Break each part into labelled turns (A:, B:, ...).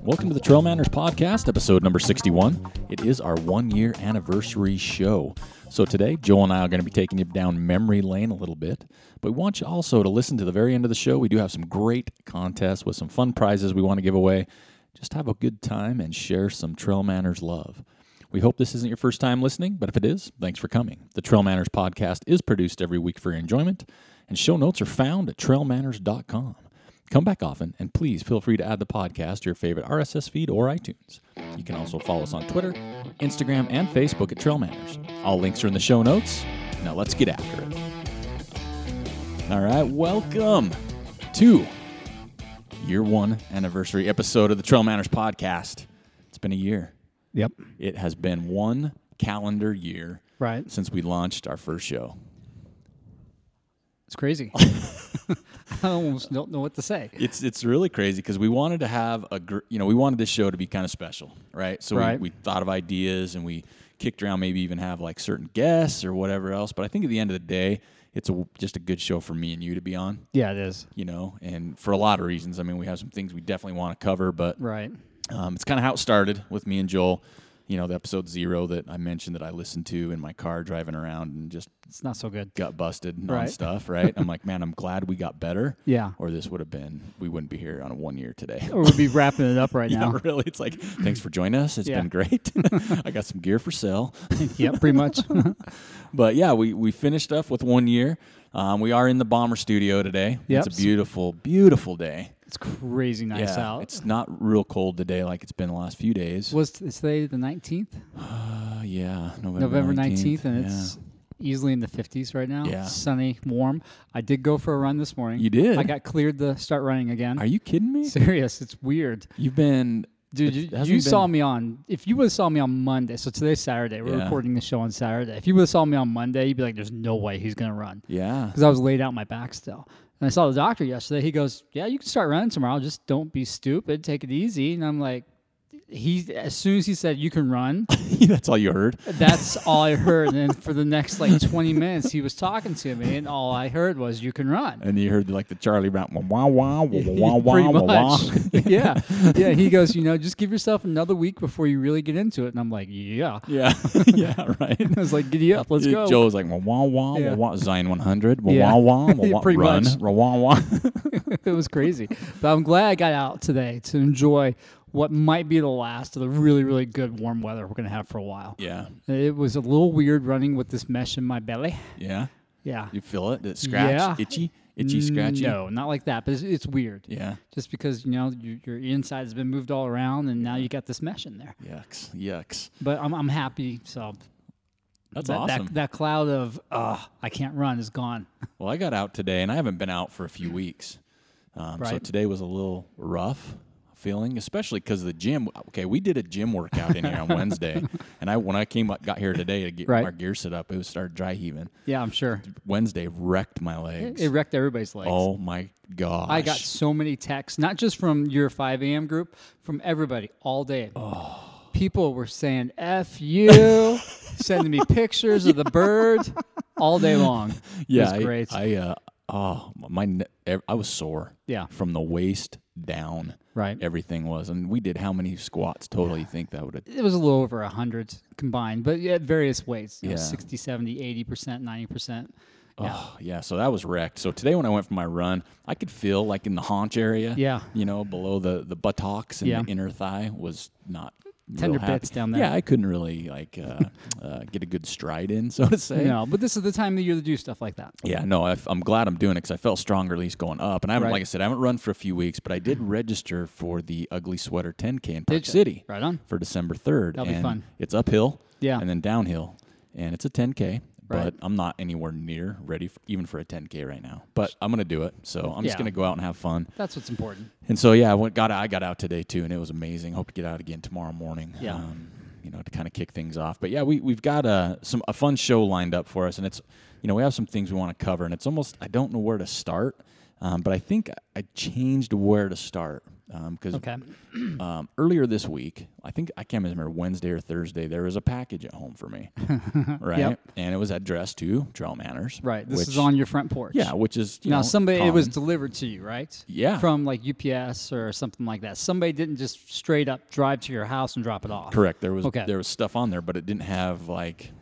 A: Welcome to the Trail Manners Podcast, episode number 61. It is our one year anniversary show. So today, Joel and I are going to be taking you down memory lane a little bit. But we want you also to listen to the very end of the show. We do have some great contests with some fun prizes we want to give away. Just have a good time and share some Trail Manners love. We hope this isn't your first time listening, but if it is, thanks for coming. The Trail Manners Podcast is produced every week for your enjoyment, and show notes are found at trailmanners.com. Come back often, and please feel free to add the podcast to your favorite RSS feed or iTunes. You can also follow us on Twitter, Instagram, and Facebook at Trail Manners. All links are in the show notes. Now let's get after it. All right, welcome to year one anniversary episode of the Trail Manners podcast. It's been a year.
B: Yep.
A: It has been one calendar year
B: Right.
A: since we launched our first show.
B: It's crazy. I almost don't know what to say.
A: It's it's really crazy because we wanted to have a gr- you know we wanted this show to be kind of special, right? So
B: Right.
A: We, we thought of ideas and we kicked around maybe even have like certain guests or whatever else. But I think at the end of the day, it's a, just a good show for me and you to be on,
B: Yeah, it is.
A: you know, and for a lot of reasons. I mean, we have some things we definitely want to cover, but
B: Right.
A: um, it's kind of how it started with me and Joel. You know, the episode zero that I mentioned that I listened to in my car driving around and just
B: It's not so good.
A: gut busted on
B: Right.
A: stuff, right? I'm like, man, I'm glad we got better.
B: Yeah.
A: Or this would have been, we wouldn't be here on a one year today.
B: Or we'll be wrapping it up right
A: yeah,
B: now.
A: really. It's like, thanks for joining us. It's
B: Yeah.
A: been great. I got some gear for sale.
B: yep, pretty much.
A: But yeah, we, we finished up with one year. Um, we are in the Bomber Studio today.
B: Yep.
A: It's a beautiful, beautiful day.
B: it's crazy nice
A: yeah.
B: out.
A: It's not real cold today like it's been the last few days.
B: was t- is today the 19th?
A: Uh, yeah, November,
B: November
A: 19th,
B: 19th, and
A: yeah.
B: it's easily in the 50s right now.
A: Yeah.
B: Sunny, warm. I did go for a run this morning.
A: You did?
B: I got cleared to start running again.
A: Are you kidding me?
B: serious? It's weird.
A: You've been.
B: Dude,
A: it's-
B: you,
A: hasn't
B: you
A: been-
B: saw me on. If you would have saw me on Monday, so today's Saturday. We're
A: Yeah.
B: recording the show on Saturday. If you would have saw me on Monday, you'd be like, "There's no way he's gonna run,"
A: Yeah.
B: because I was laid out my back still. And I saw the doctor yesterday. He goes, "Yeah, you can start running tomorrow. Just don't be stupid. Take it easy." And I'm like, he as soon as he said you can run,
A: That's all you heard.
B: that's all I heard. And then for the next like 20 minutes, he was talking to me, and all I heard was you can run.
A: And you heard like the Charlie Brown wah wah wah wah wah
B: Pretty
A: wah wah.
B: much. yeah. Yeah. He goes, you know, just give yourself another week before you really get into it. And I'm like, yeah.
A: Yeah, yeah, right.
B: I was like, giddy up, let's go.
A: Joe was like wah wah wah
B: Yeah.
A: wah wah Zion 100 wah
B: Yeah.
A: wah wah wah
B: Yeah,
A: wah
B: pretty
A: run
B: much.
A: wah wah wah.
B: It was crazy. But I'm glad I got out today to enjoy what might be the last of the really, really good warm weather we're going to have for a while.
A: Yeah,
B: It was a little weird running with this mesh in my belly.
A: yeah.
B: Yeah.
A: You feel it? That scratch,
B: Yeah.
A: itchy, itchy, scratchy.
B: No, not like that, but it's, it's weird.
A: Yeah.
B: Just because, you know, your, your inside has been moved all around and now you got this mesh in there.
A: Yucks. Yucks.
B: But I'm, I'm happy. So
A: That's
B: that,
A: awesome.
B: that, that cloud of, uh, I can't run is gone.
A: Well, I got out today, and I haven't been out for a few weeks. Um, So
B: Right.
A: today was a little rough feeling, especially because the gym. Okay, we did a gym workout in here on Wednesday, and I when I came up, got here today to get
B: Right.
A: our gear set up, it was started dry heaving.
B: Yeah, I'm sure.
A: Wednesday wrecked my legs.
B: It wrecked everybody's legs.
A: oh my gosh!
B: I got so many texts, not just from your 5 a.m. group, from everybody all day.
A: Oh.
B: People were saying F you, sending me pictures of the bird all day long.
A: yeah,
B: it
A: I,
B: was great.
A: I uh, oh my, ne- ev- I was sore.
B: Yeah.
A: from the waist down.
B: Right.
A: everything was, and we did how many squats total? You think that would have?
B: it was a little over 100 combined, but at various weights you know,
A: Yeah.
B: 60, 70, 80%, 90%. Yeah.
A: Oh, yeah, so that was wrecked. So today when I went for my run, I could feel like in the haunch area,
B: Yeah.
A: you know, below the the buttocks and
B: Yeah.
A: the inner thigh was not
B: Tender
A: real happy.
B: bits down there.
A: Yeah, I couldn't really like uh, uh, get a good stride in, so to say.
B: No, but this is the time of the year to do stuff like that.
A: Yeah, no, I, am glad I'm doing it because I felt stronger at least going up. And I haven't,
B: Right. Mm-hmm.
A: like I said, I haven't run for a few weeks, but I did register for the Ugly Sweater 10K in Park
B: ya?
A: City.
B: Right on.
A: For December 3rd.
B: That'll be
A: and
B: fun.
A: It's uphill.
B: Yeah.
A: And then downhill. And it's a 10K,
B: Right.
A: but I'm not anywhere near ready for, even for a 10K right now. But I'm going to do it. So I'm
B: Yeah.
A: just going to go out and have fun.
B: That's what's important.
A: And so yeah, I went got I got out today too, and it was amazing. Hope to get out again tomorrow morning.
B: Yeah.
A: Um, you know, to kind of kick things off. But yeah, we we've got a some a fun show lined up for us, and it's you know we have some things we want to cover, and it's almost I don't know where to start, um, but I think I changed where to start because
B: Okay.
A: um, earlier this week, I think I can't remember Wednesday or Thursday, there was a package at home for me, right?
B: Yep.
A: And it was addressed to Trail Manners,
B: Right. This
A: which,
B: is on your front porch.
A: yeah, which is you
B: now
A: know,
B: somebody it was
A: common.
B: delivered to you, right?
A: Yeah.
B: From like UPS or something like that. Somebody didn't just straight up drive to your house and drop it off.
A: Correct. There was
B: Okay.
A: there was stuff on there, but it didn't have like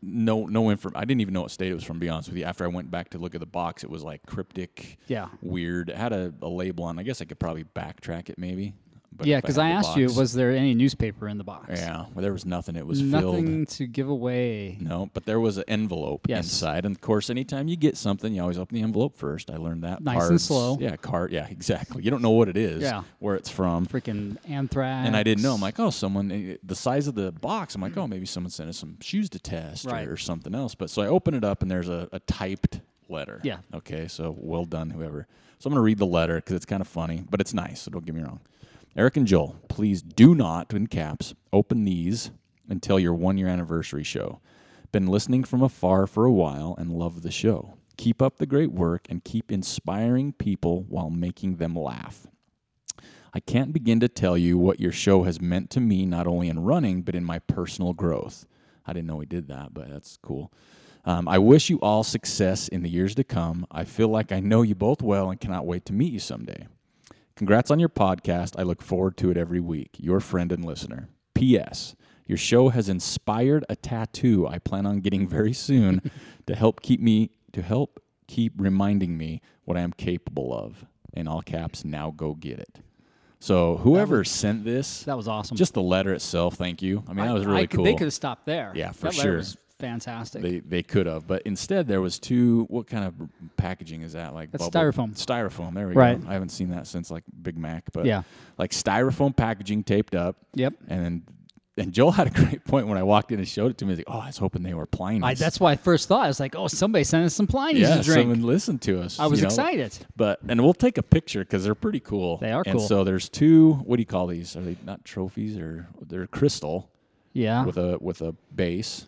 A: no no info. I didn't even know what state it was from. To be honest with you, after I went back to look at the box, it was like cryptic,
B: Yeah.
A: weird. It had a, a label on. I guess I could probably backtrack it maybe. But
B: Yeah,
A: if
B: because
A: had
B: I
A: the
B: asked you,
A: box-
B: was there any newspaper in the box?
A: yeah, well, there was nothing. It was filled.
B: Nothing to give away.
A: No, but there was an envelope
B: Yes.
A: inside, and of course, anytime you get something, you always open the envelope first. I learned that.
B: Nice and
A: Cards-
B: slow.
A: Yeah, card. Yeah, exactly. You don't know what it is.
B: Yeah.
A: where it's from.
B: Freaking anthrax.
A: And I didn't know. I'm like, oh, someone, the size of the box. I'm like, oh, maybe someone sent us some shoes to test
B: Right.
A: or, or something else. But so I open it up and there's a, a typed letter.
B: Yeah.
A: Okay. So well done, whoever. So I'm going to read the letter because it's kind of funny, but it's nice. So don't get me wrong. Eric and Joel, please do not, in caps, open these until your one year anniversary show. Been listening from afar for a while and love the show. Keep up the great work and keep inspiring people while making them laugh. I can't begin to tell you what your show has meant to me, not only in running, but in my personal growth. I didn't know he did that, but that's cool. Um, I wish you all success in the years to come. I feel like I know you both well and cannot wait to meet you someday. Congrats on your podcast. I look forward to it every week. Your friend and listener. P.S. Your show has inspired a tattoo I plan on getting very soon to help keep me to help keep reminding me what I am capable of. In all caps, now go get it. So whoever sent this,
B: That was awesome.
A: just the letter itself. Thank you. I mean, that was
B: I
A: really
B: could-
A: cool.
B: They could have stopped there.
A: Yeah, for
B: that
A: sure.
B: Letter was fantastic.
A: They they could have, but instead there was two. What kind of packaging is that? Like
B: That's
A: bubble-
B: styrofoam.
A: Styrofoam. There we
B: Right.
A: go. I haven't seen that since like Big Mac, but
B: Yeah.
A: like styrofoam packaging taped up.
B: Yep.
A: And then and Joel had a great point when I walked in and showed it to me. He's like, oh, I was hoping they were Pliny's.
B: I, that's why I first thought I was like, oh, somebody sent us some Pliny's
A: yeah,
B: to drink.
A: someone listened to us.
B: I was
A: you know?
B: excited.
A: But and we'll take a picture because they're pretty cool.
B: They are
A: and
B: cool.
A: So there's two. What do you call these? Are they not trophies or they're crystal?
B: Yeah.
A: with a with a base,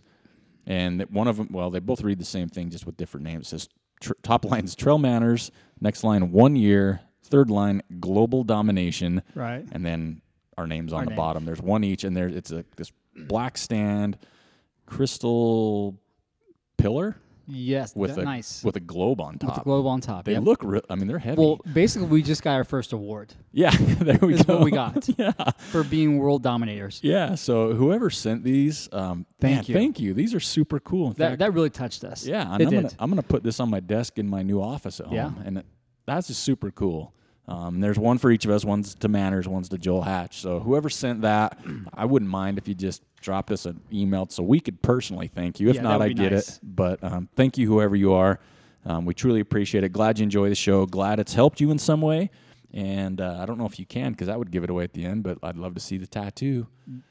A: and that one of them. Well, they both read the same thing, just with different names. It says tr- top line is Trail Manners, next line one year, third line Global Domination,
B: Right.
A: and then our names on the
B: name.
A: bottom. There's one each, and there it's a this black stand, crystal pillar
B: yes.
A: with
B: that-
A: a
B: nice.
A: with a globe on top.
B: With the globe on top.
A: they
B: yep.
A: look real. I mean, they're heavy.
B: Well, basically, we just got our first award
A: yeah, there we
B: is
A: go.
B: what we got
A: yeah.
B: for being world dominators.
A: Yeah, so whoever sent these, um,
B: Thank
A: man,
B: you.
A: Thank you. These are super cool. In fact,
B: That, that really touched us.
A: Yeah, and
B: it
A: I'm
B: did.
A: gonna I'm gonna put this on my desk in my new office at home,
B: Yeah.
A: and it- that's just super cool. Um, there's one for each of us. One's to Manners, one's to Joel Hatch. So whoever sent that, I wouldn't mind if you just dropped us an email so we could personally thank you. If
B: Yeah, that
A: not,
B: would
A: I
B: be
A: get
B: nice.
A: it. But um, thank you, whoever you are. Um, we truly appreciate it. Glad you enjoy the show. Glad it's helped you in some way. And uh, I don't know if you can because I would give it away at the end, but I'd love to see the tattoo.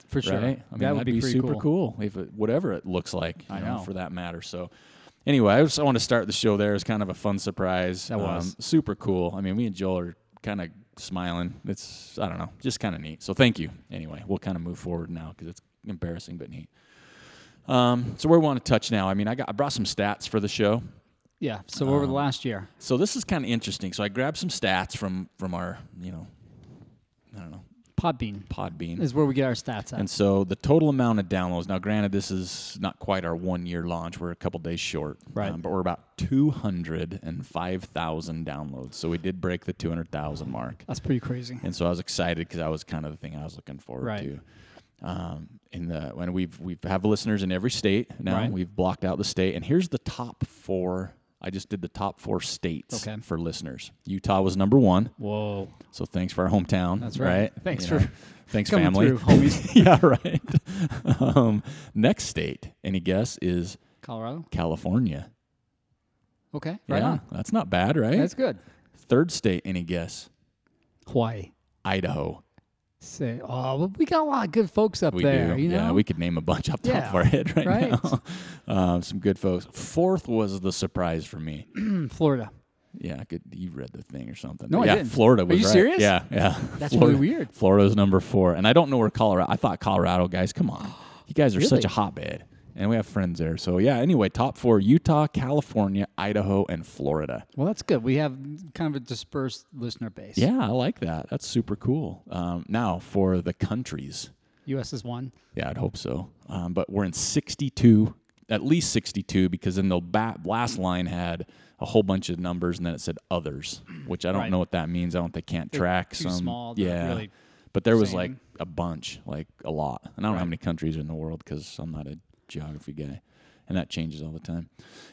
B: for sure.
A: Right? I mean,
B: that
A: that'd
B: would be, pretty
A: super cool. if it, whatever it looks like, you
B: I
A: know,
B: know.
A: for that matter. So, anyway, I just want to start the show there as kind of a fun surprise. That
B: was.
A: super cool. I mean, me and Joel are kind of smiling. It's I don't know, just kind of neat. So thank you. Anyway, we'll kind of move forward now because it's embarrassing but neat. Um, so where we want to touch now? I mean, I got I brought some stats for the show.
B: Yeah. So over
A: Um,
B: the last year,
A: So this is kind of interesting. So I grabbed some stats from from our you know, I don't know,
B: Podbean
A: Podbean.
B: is where we get our stats at.
A: And so the total amount of downloads. Now, granted, this is not quite our one-year launch. We're a couple days short, um,
B: Right.
A: but we're about two hundred and five thousand downloads. So we did break the two hundred thousand mark,
B: That's pretty crazy.
A: and so I was excited because that was kind of the thing I was looking forward
B: Right.
A: to. Um, in the when we've we have listeners in every state now.
B: Right.
A: We've blocked out the state, and here's the top four I just did the top four states
B: Okay.
A: for listeners. Utah was number one.
B: Whoa.
A: So thanks for our hometown.
B: That's right. Thanks for
A: thanks
B: coming
A: family.
B: through, homies.
A: yeah, right. um, next state, any guess is
B: Colorado.
A: California.
B: Okay. Right
A: yeah,
B: on.
A: that's not bad, right?
B: That's good.
A: Third state, any guess?
B: Hawaii.
A: Idaho.
B: Say, oh, well, we got a lot of good folks up
A: We
B: there.
A: do.
B: You know?
A: Yeah, we could name a bunch off the top of
B: Yeah,
A: our head right,
B: right.
A: now. Um, some good folks. Fourth was the surprise for me.
B: Mm, Florida.
A: Yeah, I could, you read the thing or something.
B: No, I
A: yeah,
B: didn't.
A: Florida
B: Are
A: was
B: you
A: right.
B: serious?
A: Yeah, yeah.
B: That's
A: Florida,
B: really weird.
A: Florida's number four, and I don't know where Colorado. I thought Colorado guys, come on, you guys are such
B: Really?
A: a hotbed, and we have friends there. So yeah. Anyway, top four: Utah, California, Idaho, and Florida.
B: Well, that's good. We have kind of a dispersed listener base.
A: Yeah, I like that. That's super cool. Um, now for the countries.
B: U.S. is one.
A: Yeah, I'd hope so. Um, but we're in 62, at least 62, because then the ba- last line had a whole bunch of numbers, and then it said others, which I don't
B: Right.
A: know what that means. I don't. They can't track
B: too
A: some.
B: small to
A: yeah.
B: really
A: but there was
B: say
A: like a bunch, like a lot, and I don't know how many countries are in the world because I'm not a geography guy, and that changes all the time.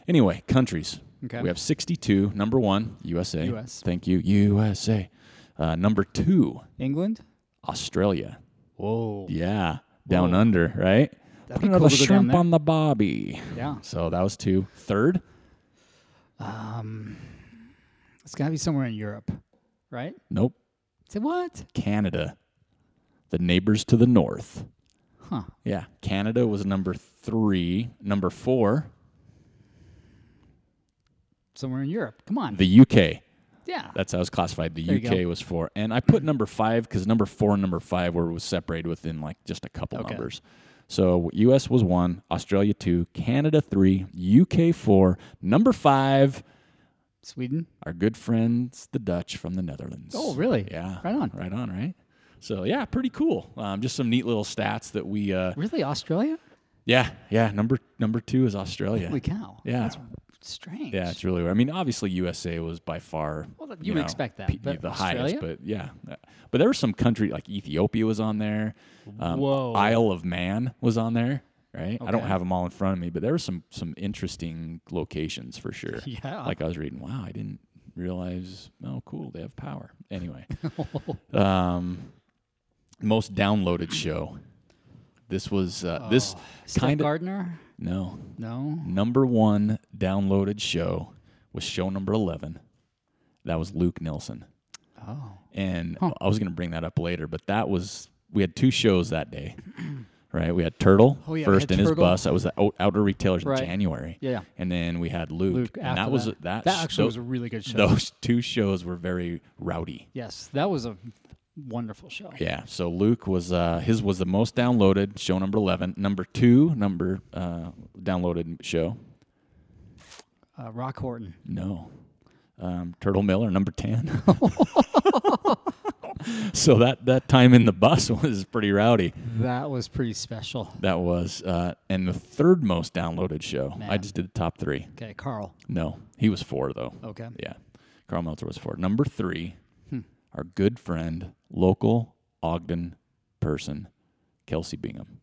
A: Anyway, countries.
B: Okay.
A: We have 62. Number one, USA.
B: US.
A: Thank you, USA. Uh, number two,
B: England.
A: Australia.
B: Whoa.
A: Yeah, down under, right?
B: That'd
A: Put
B: be
A: another
B: cool to go down
A: shrimp
B: there.
A: on the bobby.
B: Yeah.
A: So that was two. Third,
B: Um, It's got to be somewhere in Europe, right?
A: nope,
B: Say what?
A: Canada, the neighbors to the north.
B: Huh.
A: Yeah, Canada was number three. Number four,
B: Somewhere in Europe. Come on.
A: the UK.
B: yeah.
A: That's how it's classified. The
B: you
A: UK
B: go.
A: was four, and I put number five because number four and number five were was separated within like just a couple
B: Okay.
A: numbers. So US was one, Australia two, Canada three, UK four, number five.
B: Sweden.
A: our good friends, the Dutch from the Netherlands.
B: Oh, really?
A: Yeah.
B: Right on.
A: Right on, right? So, yeah, pretty cool. Um, just some neat little stats that we, uh,
B: Really, Australia?
A: yeah, yeah. Number number two is Australia.
B: Holy cow.
A: Yeah.
B: That's strange.
A: yeah, it's really weird. I mean, obviously, USA was by far.
B: Well, that- you would expect that, but
A: the highest,
B: Australia?
A: but yeah. uh, But there were some country like Ethiopia was on there. Um,
B: Whoa.
A: Isle of Man was on there, right? I don't
B: Okay.
A: have them all in front of me, but there were some some interesting locations for sure.
B: Yeah.
A: Like I was reading, wow, I didn't realize. Oh, cool, they have power. Anyway, um, most downloaded show. This was uh, this
B: Steph
A: kind of
B: Gardner?
A: no
B: No.
A: number one downloaded show was show number eleven. That was Luke Nelson,
B: Oh.
A: and I was going to bring that up later, but that was we had two shows that day. Right, we had Turtle
B: Oh, yeah, we
A: first in
B: had
A: his
B: Turtle.
A: bus. That was the out- outdoor retailers
B: Right.
A: in January.
B: Yeah, yeah.
A: and then we had Luke,
B: Luke,
A: and that
B: after
A: was
B: that.
A: that.
B: That actually
A: tho-
B: was a really good show.
A: Those two shows were very rowdy.
B: Yes. That was a wonderful show.
A: Yeah. So Luke was uh, his was the most downloaded show number eleven. Number two number uh, downloaded show.
B: Uh, Rock Horton.
A: No. Um, Turtle Miller number ten. so that that time in the bus was pretty rowdy.
B: That was pretty special.
A: That was uh, and the third most downloaded show. I
B: Man.
A: just did the top three.
B: Okay, Carl.
A: No, he was four though.
B: Okay.
A: Yeah. Carl Meltzer was four. Number three,
B: Hmm.
A: our good friend, local Ogden person, Kelsey Bingham.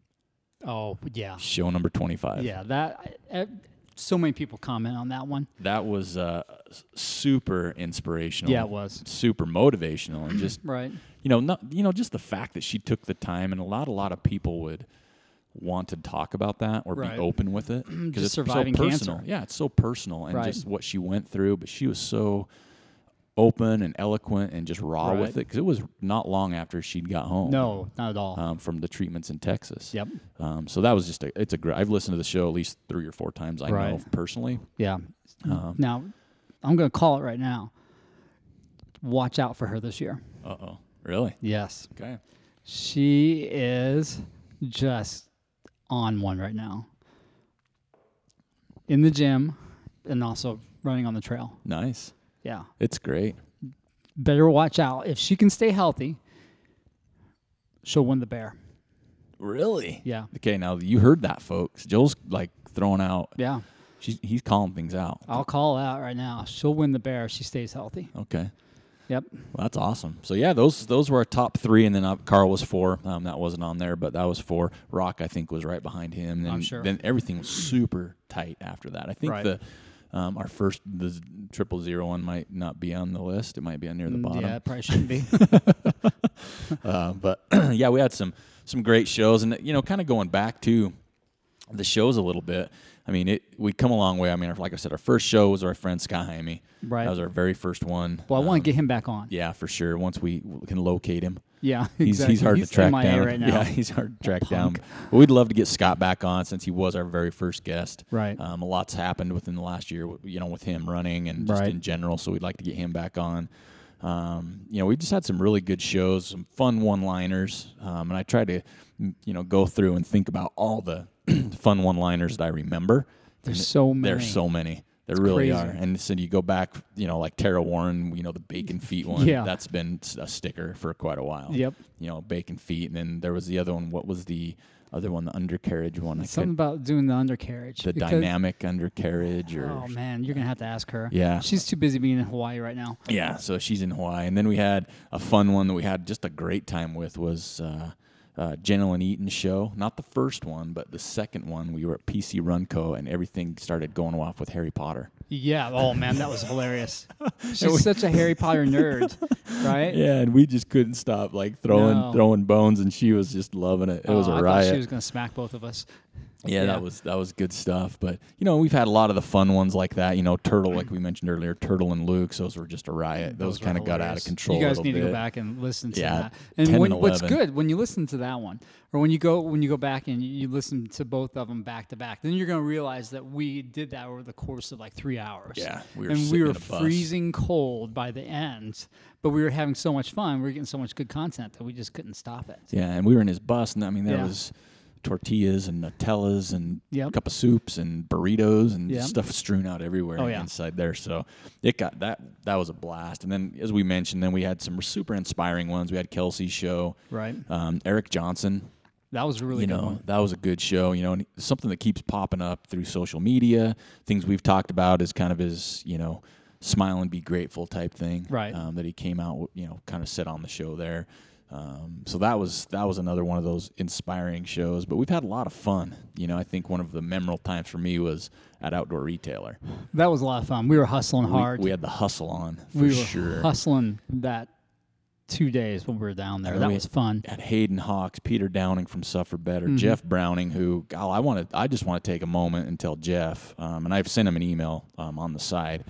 B: Oh, yeah.
A: Show number 25.
B: Yeah, that I, I, so many people comment on that one.
A: That was uh, s- super inspirational.
B: Yeah, it was.
A: Super motivational and just
B: Right.
A: you know, not, you know, just the fact that she took the time and a lot, a lot of people would want to talk about that or
B: Right.
A: be open with it because
B: Just
A: it's so
B: surviving
A: personal.
B: cancer.
A: Yeah, it's so personal and
B: Right.
A: just what she went through. But she was so open and eloquent and just raw with it
B: Right.
A: because it was not long after she'd got home.
B: No, not at all.
A: Um, from the treatments in Texas.
B: Yep.
A: Um, so that was just a. It's a great. I've listened to the show at least three or four times. I know
B: Right.
A: personally.
B: Yeah.
A: Uh-huh.
B: now, I'm going to call it right now. Watch out for her this year.
A: Uh oh. Really?
B: Yes.
A: Okay.
B: She is just on one right now. In the gym and also running on the trail.
A: Nice.
B: Yeah.
A: It's great.
B: Better watch out. If she can stay healthy, she'll win the bear.
A: Really?
B: Yeah.
A: Okay. Now you heard that, folks. Joel's like throwing out
B: Yeah.
A: She's, he's calling things out.
B: I'll call out right now. She'll win the bear if she stays healthy.
A: Okay.
B: Yep.
A: Well, that's awesome. So yeah, those those were our top three, and then uh, Carl was four. Um, that wasn't on there, but that was four. Rock, I think, was right behind him. And
B: I'm sure.
A: Then everything was super tight after that. I think
B: Right.
A: the Um, our first the z- triple zero one might not be on the list. It might be on near the bottom.
B: Mm, Yeah, it probably shouldn't be.
A: Uh, but yeah, we had some some great shows, and you know, kind of going back to the shows a little bit. I mean, it we come a long way. I mean, like I said, our first show was our friend Scott Hamey.
B: Right.
A: that was our very first one. Um,
B: well, I want to get him back on.
A: yeah, for sure. Once we w- can locate him,
B: Yeah,
A: he's
B: exactly.
A: he's hard to track
B: MIA
A: down.
B: right now. Oh,
A: Yeah, he's hard to track down. But we'd love to get Scott back on since he was our very first guest.
B: Right.
A: Um, a lot's happened within the last year, w- you know, with him running and just
B: Right.
A: in general. So we'd like to get him back on. Um, you know, we just had some really good shows, some fun one-liners, um, and I tried to, m- you know, go through and think about all the fun one-liners that I remember.
B: There's so many.
A: There's so many. There really
B: crazy.
A: are. And so you go back, you know, like Tara Warren, you know, the bacon feet one.
B: Yeah.
A: That's been s- a sticker for quite a while.
B: Yep.
A: You know, bacon feet. And then there was the other one. What was the other one? The undercarriage one. I
B: Something
A: could,
B: about doing the undercarriage.
A: the
B: because-
A: dynamic undercarriage or.
B: Oh man, you're gonna have to ask her.
A: Yeah.
B: she's too busy being in Hawaii right now.
A: Yeah. So she's in Hawaii. And then we had a fun one that we had just a great time with was. Uh, uh, Jenna and Eaton show, not the first one, but the second one. We were at PC Runco, and everything started going off with Harry Potter.
B: Yeah. Oh man, that was hilarious. She's such a Harry Potter nerd, right?
A: Yeah, and we just couldn't stop like throwing
B: No.
A: throwing bones, and she was just loving it. It was
B: Oh,
A: a
B: I
A: riot.
B: thought she was gonna smack both of us.
A: yeah,
B: yeah.
A: that was that was good stuff. But you know, we've had a lot of the fun ones like that. You know, Turtle, like we mentioned earlier, Turtle and Luke's. Those were just a riot. Those,
B: Mm, were
A: kind of got out of
B: hilarious.
A: control.
B: You
A: a
B: guys
A: little
B: need to
A: bit.
B: go back and listen to
A: Yeah,
B: that.
A: 10
B: And when,
A: and
B: what's
A: 11.
B: good when you listen to that one, or when you go when you go back and you- you listen to both of them back to back, then you're gonna realize that we did that over the course of like three hours.
A: Yeah, we were
B: and
A: sitting
B: we were
A: in a bus.
B: freezing cold by the end, but we were having so much fun. We were getting so much good content that we just couldn't stop it.
A: Yeah, and we were in his bus, and I mean, there
B: Yeah.
A: was tortillas and Nutellas and a
B: Yep.
A: cup of soups and burritos and
B: Yep.
A: stuff strewn out everywhere
B: Oh, yeah.
A: inside there. So it got that that was a blast. And then, as we mentioned, then we had some super inspiring ones. We had Kelsey's show,
B: Right.
A: Um, Eric Johnson.
B: That was a really
A: you
B: good
A: know
B: one.
A: that was a good show you know and something that keeps popping up through social media things we've talked about is kind of his you know smile and be grateful type thing
B: Right.
A: um, that he came out with, you know kind of set on the show there um, so that was that was another one of those inspiring shows but we've had a lot of fun you know i think one of the memorable times for me was at outdoor retailer
B: That was a lot of fun. We were hustling
A: We-
B: hard.
A: we, had the hustle on for
B: We were
A: sure
B: hustling that two days when we were down there.
A: And
B: That
A: we-
B: was fun.
A: at Hayden Hawks, Peter Downing from Suffer Better,
B: Mm-hmm.
A: Jeff Browning, who God, I want to, I just want to take a moment and tell Jeff, um, and I've sent him an email um, on the side,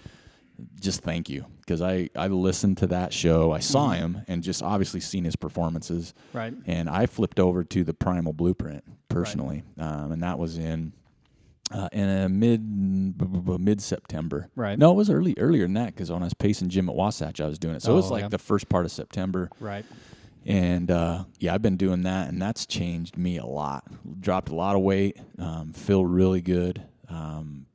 A: just thank you because I I listened to that show, I saw
B: Mm-hmm.
A: him, and just obviously seen his performances,
B: Right.
A: And I flipped over to the Primal Blueprint personally, um, and that was in. Uh, in a mid mid September,
B: Right.
A: No, it was early earlier than that because when I was pacing Jim at Wasatch, I was doing it. So it was
B: Oh,
A: like
B: yeah.
A: the first part of September,
B: Right.
A: and uh, yeah, I've been doing that, and that's changed me a lot. Dropped a lot of weight, um, feel really good. Um,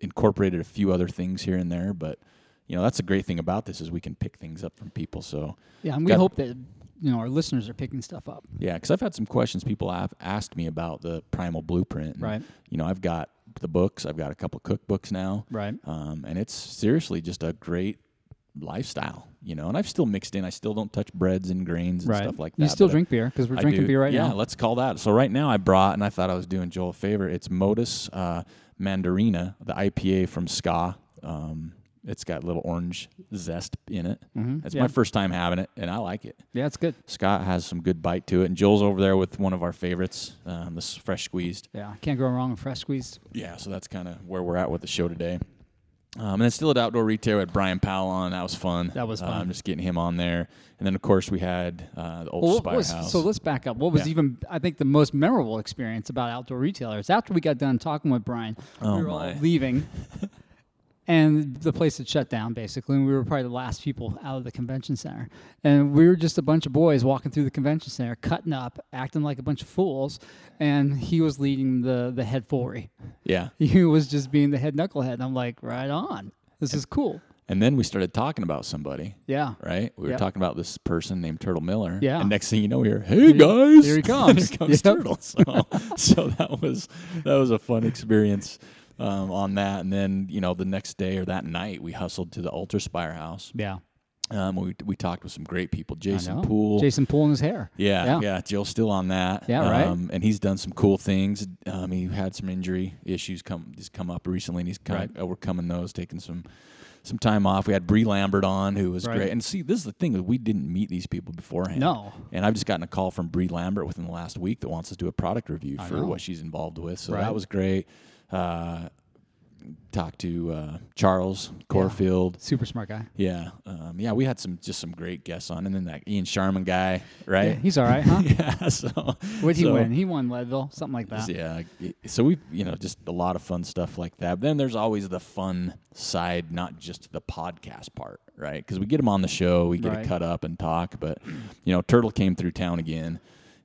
A: incorporated a few other things here and there, but you know that's the great thing about this is we can pick things up from people. So
B: Yeah, and we
A: Got-
B: hope that you know our listeners are picking stuff up.
A: yeah, because I've had some questions people have asked me about the Primal Blueprint. and,
B: Right.
A: You know, I've got the books. I've got a couple cookbooks now.
B: Right.
A: Um, and it's seriously just a great lifestyle, you know. And I've still mixed in. I still don't touch breads and grains and stuff like that.
B: You still
A: but I-
B: drink beer because we're
A: I
B: drinking
A: do.
B: beer right
A: yeah,
B: now.
A: let's call that. So right now I brought, and I thought I was doing Joel a favor. It's Modus uh, Mandarina, the IPA from Ska. Um, it's got a little orange zest in it. It's
B: Mm-hmm. yeah.
A: my first time having it, and I like it.
B: Yeah, it's good.
A: Scott has some good bite to it, and Joel's over there with one of our favorites, um, this fresh squeezed.
B: Yeah, can't go wrong with fresh squeezed.
A: Yeah, so that's kind of where we're at with the show today. Um, and then still at Outdoor Retail, we had Brian Powell on. That was fun.
B: That was
A: Um,
B: fun.
A: just getting him on there, and then of course we had uh, the Old
B: Well, what
A: Spire
B: was-
A: House.
B: so let's back up. What was
A: Yeah.
B: even I think the most memorable experience about outdoor retailers after we got done talking with Brian,
A: Oh,
B: we were
A: my.
B: all leaving, and the place had shut down basically, and we were probably the last people out of the convention center, and we were just a bunch of boys walking through the convention center, cutting up, acting like a bunch of fools, and he was leading the the head foolery.
A: yeah,
B: he was just being the head knucklehead. And I'm like, right on. This is cool.
A: and then we started talking about somebody.
B: Yeah.
A: right? We were
B: Yep.
A: talking about this person named Turtle Miller.
B: Yeah.
A: And next thing you know, we hear, "Hey guys,
B: here he comes."
A: here comes
B: Yep.
A: Turtle." So, so that was that was a fun experience um, on that. And then you know the next day or that night, we hustled to the Alter Spire House
B: Yeah.
A: Um, we, we talked with some great people, Jason
B: No.
A: Poole.
B: Jason Poole in his hair.
A: Yeah, yeah,
B: Yeah.
A: Jill's still on that.
B: Yeah, right.
A: Um, and he's done some cool things. Um, he had some injury issues come he's come up recently, and he's kind of overcoming those, taking some some time off. We had Bree Lambert on, who was
B: Right.
A: great. And see, this is the thing is we didn't meet these people beforehand.
B: No.
A: And I've just gotten a call from Bree Lambert within the last week that wants us to do a product review for
B: know.
A: what she's involved with. So
B: Right.
A: that was great. Uh, talked to uh, Charles Corfield.
B: Super smart guy.
A: Yeah, um, yeah, we had some just some great guests on, and then that Ian Sharman guy, right?
B: Yeah, he's all right, huh?
A: yeah. So
B: What'd he
A: so-
B: win? He won Leadville, something like that.
A: Yeah. So we, you know, just a lot of fun stuff like that. But then there's always the fun side, not just the podcast part, right? Because we get them on the show, we get it
B: Right.
A: cut up and talk. But you know, Turtle came through town again,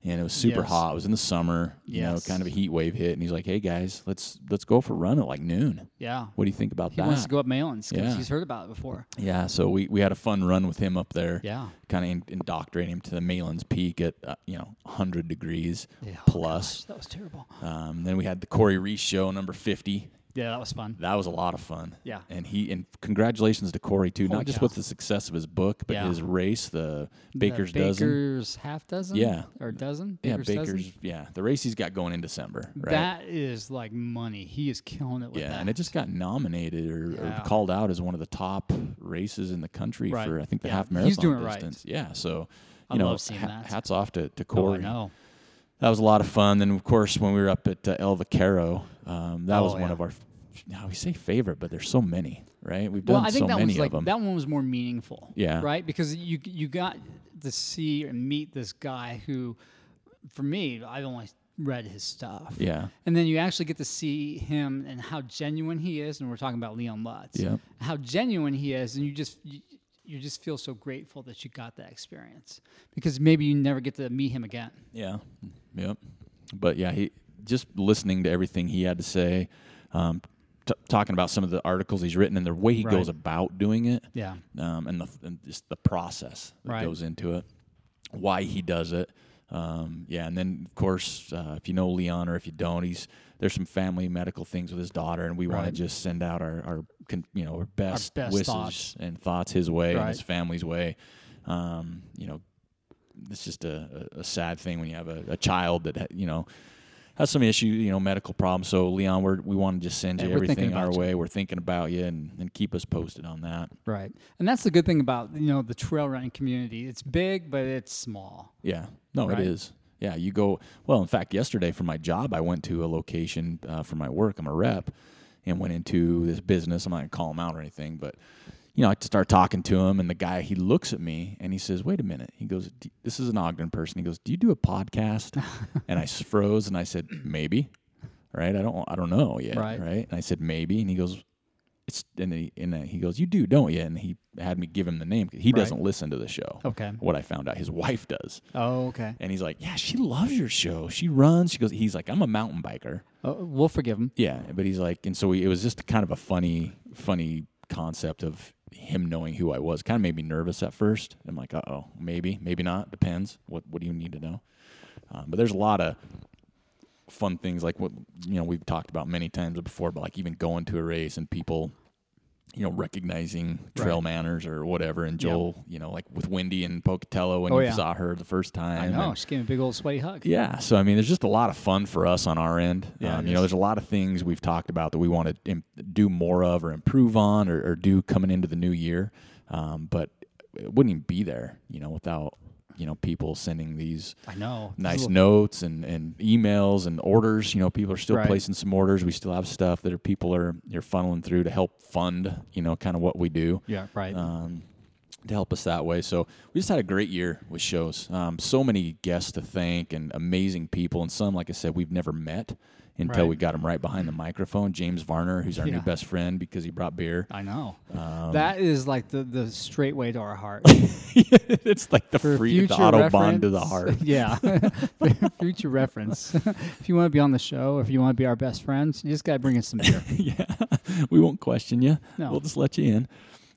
A: and it was super
B: Yes.
A: hot. It was in the summer. You
B: Yes.
A: know, kind of a heat wave hit, and he's like, "Hey guys, let's let's go for a run at like noon.
B: Yeah.
A: What do you think about
B: He
A: that?"
B: wants to go up Malin's because
A: Yeah.
B: he's heard about it before.
A: Yeah, so we, we had a fun run with him up there.
B: Yeah.
A: kind of in, indoctrinating him to the Malin's Peak at uh, you know 100 degrees
B: Yeah, oh
A: plus.
B: That was terrible.
A: Um, then we had the Corey Reese show number 50.
B: Yeah, that was fun.
A: That was a lot of fun.
B: Yeah.
A: and he and congratulations to Corey too, not just
B: cow.
A: with the success of his book, but
B: Yeah.
A: his race, the
B: The
A: Baker's Dozen.
B: Baker's half dozen?
A: Yeah.
B: Or dozen?
A: Yeah,
B: Baker's dozen?
A: Baker's. Yeah, the race he's got going in December. Right.
B: That is like money. He is killing it with
A: yeah,
B: that.
A: and it just got nominated or,
B: Yeah.
A: or called out as one of the top races in the country
B: Right.
A: for I think the
B: Yeah.
A: half marathon
B: He's doing it right.
A: distance. Yeah, so
B: I
A: you know,
B: love seeing
A: ha-
B: that.
A: hats off to to
B: oh, I
A: Corey.
B: know.
A: that was a lot of fun. Then of course when we were up at uh, El Vaquero, um, that
B: Oh,
A: was one
B: yeah.
A: of our. f- Now we say favorite, but there's so many, right? We've
B: Well,
A: done
B: I think
A: so
B: that
A: many
B: one's like
A: of them.
B: that one was more meaningful.
A: Yeah.
B: Right? Because you you got to see and meet this guy who for me, I've only read his stuff.
A: yeah,
B: And then you actually get to see him and how genuine he is. And we're talking about Leon Lutz.
A: Yep.
B: How genuine he is, and you just you, you just feel so grateful that you got that experience because maybe you never get to meet him again.
A: yeah, yep. But yeah, he just listening to everything he had to say, um, t- talking about some of the articles he's written and the way he
B: Right.
A: goes about doing it.
B: Yeah.
A: um, and the and just the process that
B: Right.
A: goes into it, why he does it. Um, yeah, and then of course, uh, if you know Leon or if you don't, he's there's some family medical things with his daughter, and we want to
B: Right.
A: just send out our our con- you know our best,
B: best
A: wishes
B: thoughts.
A: and thoughts his way and
B: Right.
A: his family's way. Um, you know, it's just a, a a sad thing when you have a, a child that ha- you know has some issue, you know, medical problems. So Leon, we're, we want to just send
B: Yeah,
A: you
B: we're thinking
A: everything our
B: about you.
A: way. We're thinking about you, and, and keep us posted on that.
B: Right. And that's the good thing about you know the trail running community. It's big, but it's small.
A: Yeah. No,
B: Right?
A: it is. Yeah, you go. Well, in fact, yesterday for my job, I went to a location uh, for my work. I'm a rep, and went into this business. I'm not gonna call him out or anything, but you know, I start talking to him, and the guy he looks at me and he says, "Wait a minute." He goes, "D- "This is an Ogden person." He goes, "Do you do a podcast?" and I s- froze, and I said, "Maybe." Right? I don't. I don't know yet.
B: Right.
A: right? And I said, "Maybe," and he goes. It's, and he, and uh, he goes, you do, don't you? And he had me give him the name. 'cause He
B: Right. Oh.
A: doesn't listen to the show.
B: Okay.
A: What I found out, his wife does.
B: Oh, okay.
A: And he's like, "Yeah, she loves your show. She runs." She goes. He's like, "I'm a mountain biker."
B: Oh, we'll forgive him.
A: Yeah, but he's like, and so we, it was just kind of a funny, funny concept of him knowing who I was. Kind of made me nervous at first. I'm like, "Uh oh, maybe, maybe not. Depends. What What do you need to know?" Um, but there's a lot of fun things like what you know we've talked about many times before, but like even going to a race and people. You know, recognizing trail manners or whatever, and Joel, you know, like with Wendy and Pocatello, when
B: Oh,
A: you
B: yeah.
A: saw her the first time.
B: I know.
A: and-
B: She gave me a big old sweaty hug.
A: yeah. So I mean, there's just a lot of fun for us on our end.
B: Yeah,
A: um,
B: it
A: you know,
B: is.
A: there's a lot of things we've talked about that we want to Im- do more of, or improve on, or, or do coming into the new year. Um, but it wouldn't even be there, you know, without you know people sending these
B: I know. These
A: nice
B: little-
A: notes and, and emails and orders. You know, people are still
B: Right.
A: placing some orders. We still have stuff that are people are you're funneling through to help fund. You know, kind of what we do
B: Yeah. Right.
A: um, to help us that way. So we just had a great year with shows. Um, so many guests to thank and amazing people, and some, like I said, we've never met until
B: Right.
A: we got him right behind the microphone. James Varner, who's our new
B: Yeah.
A: best friend because he brought beer.
B: I know.
A: um,
B: that is like the the straight way to our heart.
A: it's like the
B: For
A: free the
B: future
A: autobahn
B: reference,
A: to the heart.
B: yeah. For future reference. if you want to be on the show, if you want to be our best friends, you just gotta bring us some beer.
A: yeah, we won't question you.
B: No.
A: We'll just let you in.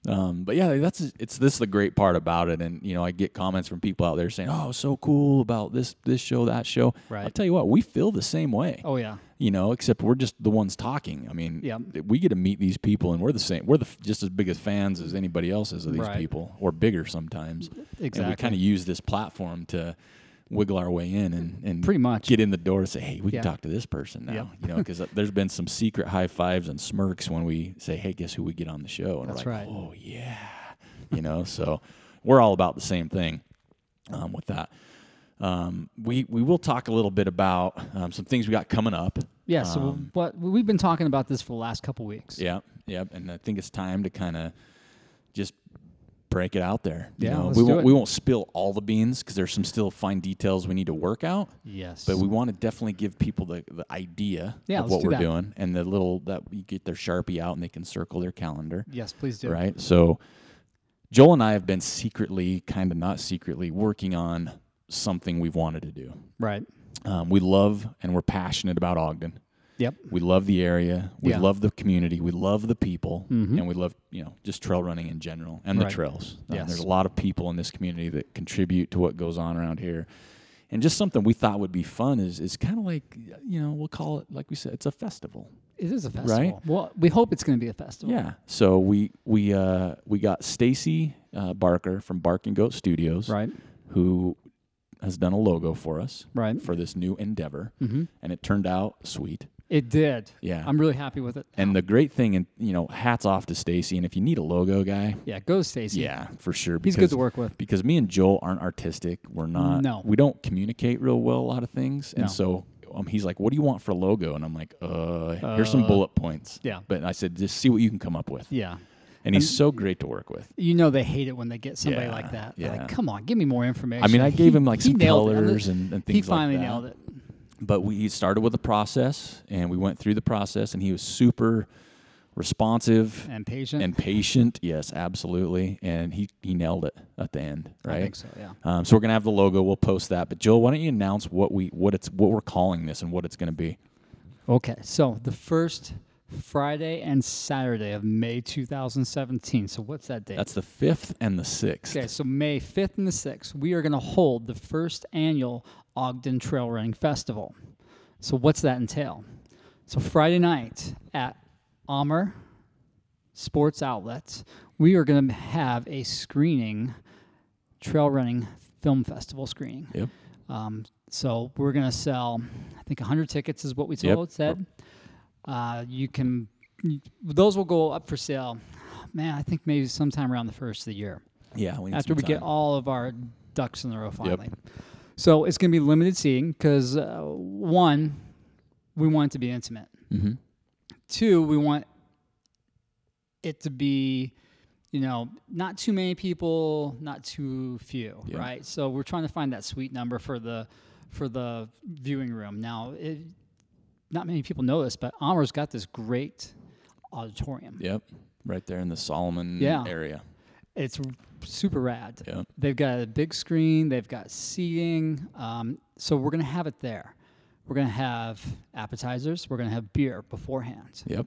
A: Um, but yeah, that's it's this is the great part about it, and you know I get comments from people out there saying, "Oh, so cool about this this show that show." I'll
B: Right.
A: tell you what, we feel the same way.
B: Oh yeah.
A: You know, except we're just the ones talking. I mean,
B: Yep.
A: we get to meet these people, and we're the same. We're the f- just as big as fans as anybody else is of these
B: Right.
A: people, or bigger sometimes. And we
B: Exactly.
A: kind of use this platform to wiggle our way in and, and
B: Pretty much.
A: get in the door and say, hey, we
B: Yeah.
A: can talk to this person now.
B: Yep.
A: You know, because there's been some secret high fives and smirks when we say, hey, guess who we get on the show? And
B: That's
A: we're like,
B: right.
A: oh, yeah. You know, so we're all about the same thing um, with that. Um, we, we will talk a little bit about um, some things we got coming up.
B: Yeah. So what we've been talking about this for the last couple weeks.
A: um, Yeah, yeah, and I think it's time to kind of just break it out there. you
B: Yeah,
A: know?
B: let's
A: we
B: do
A: won't
B: it.
A: we won't spill all the beans because there's some still fine details we need to work out.
B: Yes.
A: But we want to definitely give people the, the idea
B: Yeah,
A: of
B: let's
A: what
B: do
A: we're
B: that.
A: doing and the little that you get their sharpie out and they can circle their calendar.
B: yes, please do.
A: Right. So Joel and I have been secretly, kind of not secretly, working on something we've wanted to do.
B: Right.
A: Um, we love and we're passionate about Ogden.
B: Yep.
A: We love the area. We
B: Yeah. Mm-hmm.
A: love the community. We love the people, and we love you know just trail running in general and the
B: Right.
A: trails. Um,
B: Yes.
A: There's a lot of people in this community that contribute to what goes on around here, and just something we thought would be fun is is kind of like you know we'll call it like we said it's a festival.
B: It is a festival. Well, we hope it's going to be a festival.
A: Yeah. So we we uh, we got Stacy uh, Barker from Bark and Goat Studios,
B: Right.
A: who has done a logo for us
B: Right. Mm-hmm.
A: for this new endeavor, and it turned out sweet.
B: It did.
A: Yeah.
B: I'm really happy with it.
A: And the great thing, and you know, hats off to Stacy. And if you need a logo guy,
B: yeah. Go, Stacy.
A: yeah, for sure.
B: He's good to work with.
A: because me and Joel aren't artistic. We're not.
B: No.
A: we don't communicate real well a lot of things. And
B: No.
A: so um, he's like, "What do you want for a logo?" And I'm like, "Uh, here's some bullet points."
B: yeah.
A: But I said, "Just see what you can come up with."
B: Yeah.
A: And he's so great to work with.
B: You know they hate it when they get somebody
A: Yeah,
B: like that. They're
A: yeah.
B: Like, come on, give me more information.
A: I mean, I gave
B: He-
A: him like
B: he
A: some
B: nailed it.
A: colors and, and things.
B: he finally
A: like that.
B: nailed it.
A: but we started with a process and we went through the process and he was super responsive
B: And patient.
A: and patient yes absolutely and he he nailed it at the end right
B: I think so. Yeah.
A: um, so we're gonna have the logo we'll post that but joel why don't you announce what we what it's what we're calling this and what it's gonna be
B: Okay, so the first Friday and Saturday of May 2017. So what's that date?
A: that's the fifth and the sixth
B: okay, so May 5th and the 6th, we are going to hold the first annual Ogden Trail Running Festival. So what's that entail? So Friday night at Amher Sports Outlet, we are going to have a screening, trail running film festival screening.
A: yep
B: Um, so we're gonna sell, I think 100 tickets is what we
A: Yep.
B: told said. Uh, you can, those will go up for sale. Man, I think maybe sometime around the first of the year
A: yeah we need
B: after
A: some
B: we get
A: time.
B: all of our ducks in a row finally. So it's going to be limited seating because uh, one, we want it to be intimate.
A: Mm-hmm.
B: Two, we want it to be, you know, not too many people, not too few,
A: Yeah.
B: right? So we're trying to find that sweet number for the for the viewing room. Now, it, not many people know this, but Amher's got this great auditorium.
A: yep right there in the solomon
B: Yeah.
A: area
B: It's r- super rad.
A: Yeah.
B: They've got a big screen, they've got seating. Um, so we're going to have it there. We're going to have appetizers, we're going to have beer beforehand.
A: yep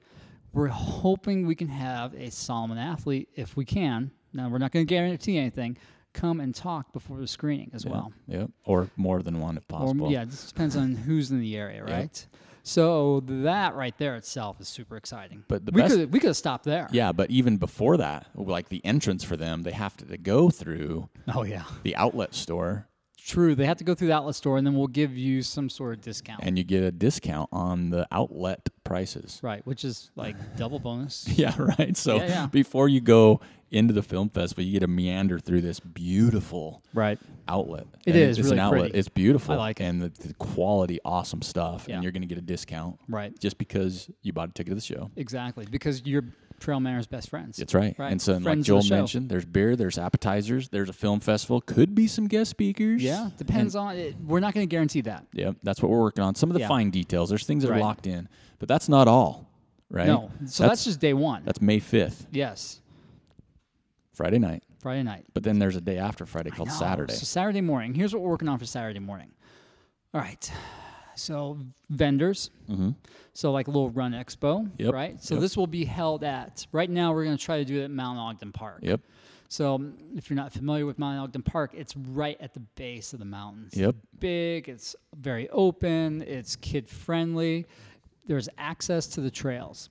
B: We're hoping we can have a Solomon athlete if we can. Now, we're not going to guarantee anything. Come and talk before the screening as well.
A: yep or more than one if
B: Or,
A: possible
B: yeah, it just depends on who's in the area, right? So that right there itself is super exciting.
A: But the
B: we
A: best-
B: could we could have stopped there.
A: yeah but even before that like the entrance for them they have to, to go through
B: Oh yeah.
A: the outlet store
B: True. They have to go through the outlet store, and then we'll give you some sort of discount.
A: and you get a discount on the outlet prices.
B: right, which is like double bonus.
A: Yeah, right. So
B: Yeah, yeah.
A: before you go into the film festival, you get to meander through this beautiful
B: Right.
A: outlet.
B: It
A: And
B: is
A: it's
B: really
A: an outlet.
B: pretty.
A: It's beautiful.
B: I like it.
A: and the, the quality, awesome stuff.
B: Yeah.
A: And you're going to get a discount,
B: Right.
A: Just because you bought a ticket to the show.
B: Exactly. Because you're Trail Manner's best friends.
A: That's right.
B: Right.
A: And so, and like
B: Friends of
A: Joel
B: the show.
A: mentioned, there's beer, there's appetizers, there's a film festival, could be some guest speakers.
B: Yeah. Depends on it. We're not going to guarantee that.
A: Yep, that's what we're working on. Some of the
B: Yeah.
A: fine details. There's things that are
B: Right.
A: locked in, but that's not all, right?
B: No. So that's, just day one.
A: that's May 5th,
B: yes.
A: Friday night.
B: Friday night.
A: But then there's a day after Friday called
B: No,
A: Saturday.
B: So Saturday morning. Here's what we're working on for Saturday morning. All right. so vendors. So like little run expo,
A: Mm-hmm. Yep,
B: right? So
A: yep.
B: this will be held at. Right now, we're going to try to do it at Mount Ogden Park.
A: Yep.
B: So mm, if you're not familiar with Mount Ogden Park, it's right at the base of the mountains.
A: Yep.
B: Big. It's very open. It's kid friendly. There's access to the trails.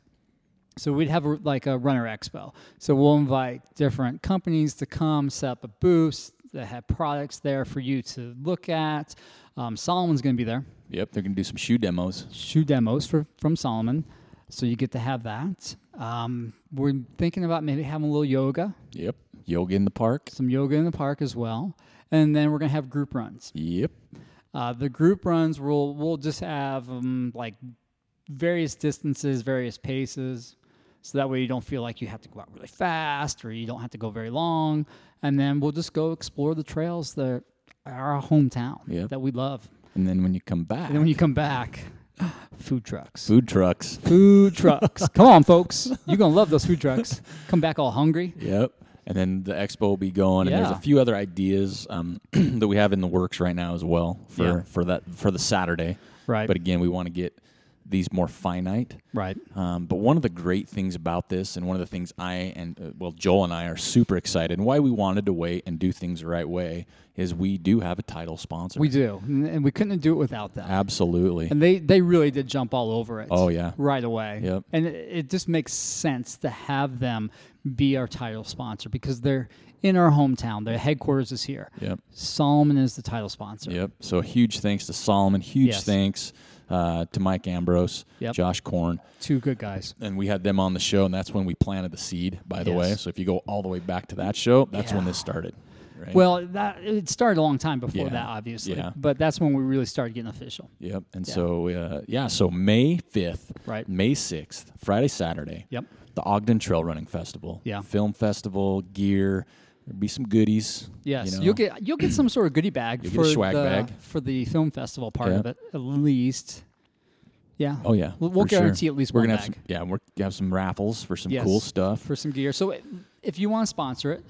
B: So we'd have a, like a runner expo. So we'll invite different companies to come set up a booth that have products there for you to look at. Um, Solomon's going to be there.
A: Yep. They're going to do some shoe demos.
B: Shoe demos for, from Solomon. So you get to have that. Um, we're thinking about maybe having a little yoga,
A: Yep. Yoga in the park.
B: some yoga in the park as well. And then we're going to have group runs.
A: Yep.
B: Uh, the group runs will we'll just have um, like various distances, various paces, so that way you don't feel like you have to go out really fast or you don't have to go very long. And then we'll just go explore the trails that are our hometown
A: Yep.
B: that we love.
A: And then when you come back,
B: And then when you come back, food trucks.
A: food trucks.
B: Food trucks. Come on, folks. You're going to love those food trucks. Come back all hungry.
A: Yep. And then the expo will be going, and there's
B: Yeah.
A: a few other ideas um, that we have in the works right now as well for,
B: Yeah.
A: for that for the Saturday.
B: Right.
A: But again, we want to get these more finite.
B: Right.
A: Um, but one of the great things about this, and one of the things I and uh, well Joel and I are super excited, and why we wanted to wait and do things the right way is we do have a title sponsor.
B: We do. And and we couldn't do it without that.
A: absolutely.
B: And they they really did jump all over it.
A: Oh, yeah.
B: right away.
A: Yep.
B: And it, it just makes sense to have them be our title sponsor because they're in our hometown. Their headquarters is here.
A: Yep.
B: Solomon is the title sponsor.
A: Yep. So huge thanks to Solomon. Huge
B: Yes.
A: thanks uh, to Mike Ambrose,
B: Yep.
A: Josh Korn.
B: Two good guys.
A: and we had them on the show, and that's when we planted the seed. By the
B: Yes.
A: way, so if you go all the way back to that show, that's when
B: Yeah.
A: this started. Right?
B: Well, that it started a long time before
A: Yeah.
B: that, obviously.
A: Yeah.
B: But that's when we really started getting official.
A: yep. And so uh, yeah, so May fifth,
B: Right.
A: May sixth, Friday, Saturday.
B: Yep.
A: The Ogden Trail Running Festival.
B: Yeah.
A: Film festival gear. There'll be some goodies.
B: Yes,
A: you
B: you
A: know.
B: will get you'll get some sort of goodie bag
A: You'll get
B: for
A: a swag
B: the
A: bag.
B: for the film festival part
A: Yeah.
B: of it, at least. Yeah.
A: Oh yeah,
B: We'll, we'll
A: for sure.
B: guarantee at least
A: we're
B: one
A: gonna
B: bag.
A: have some, yeah we're gonna have some raffles for some
B: Yes.
A: cool stuff.
B: for some gear. So i- if you want to sponsor it,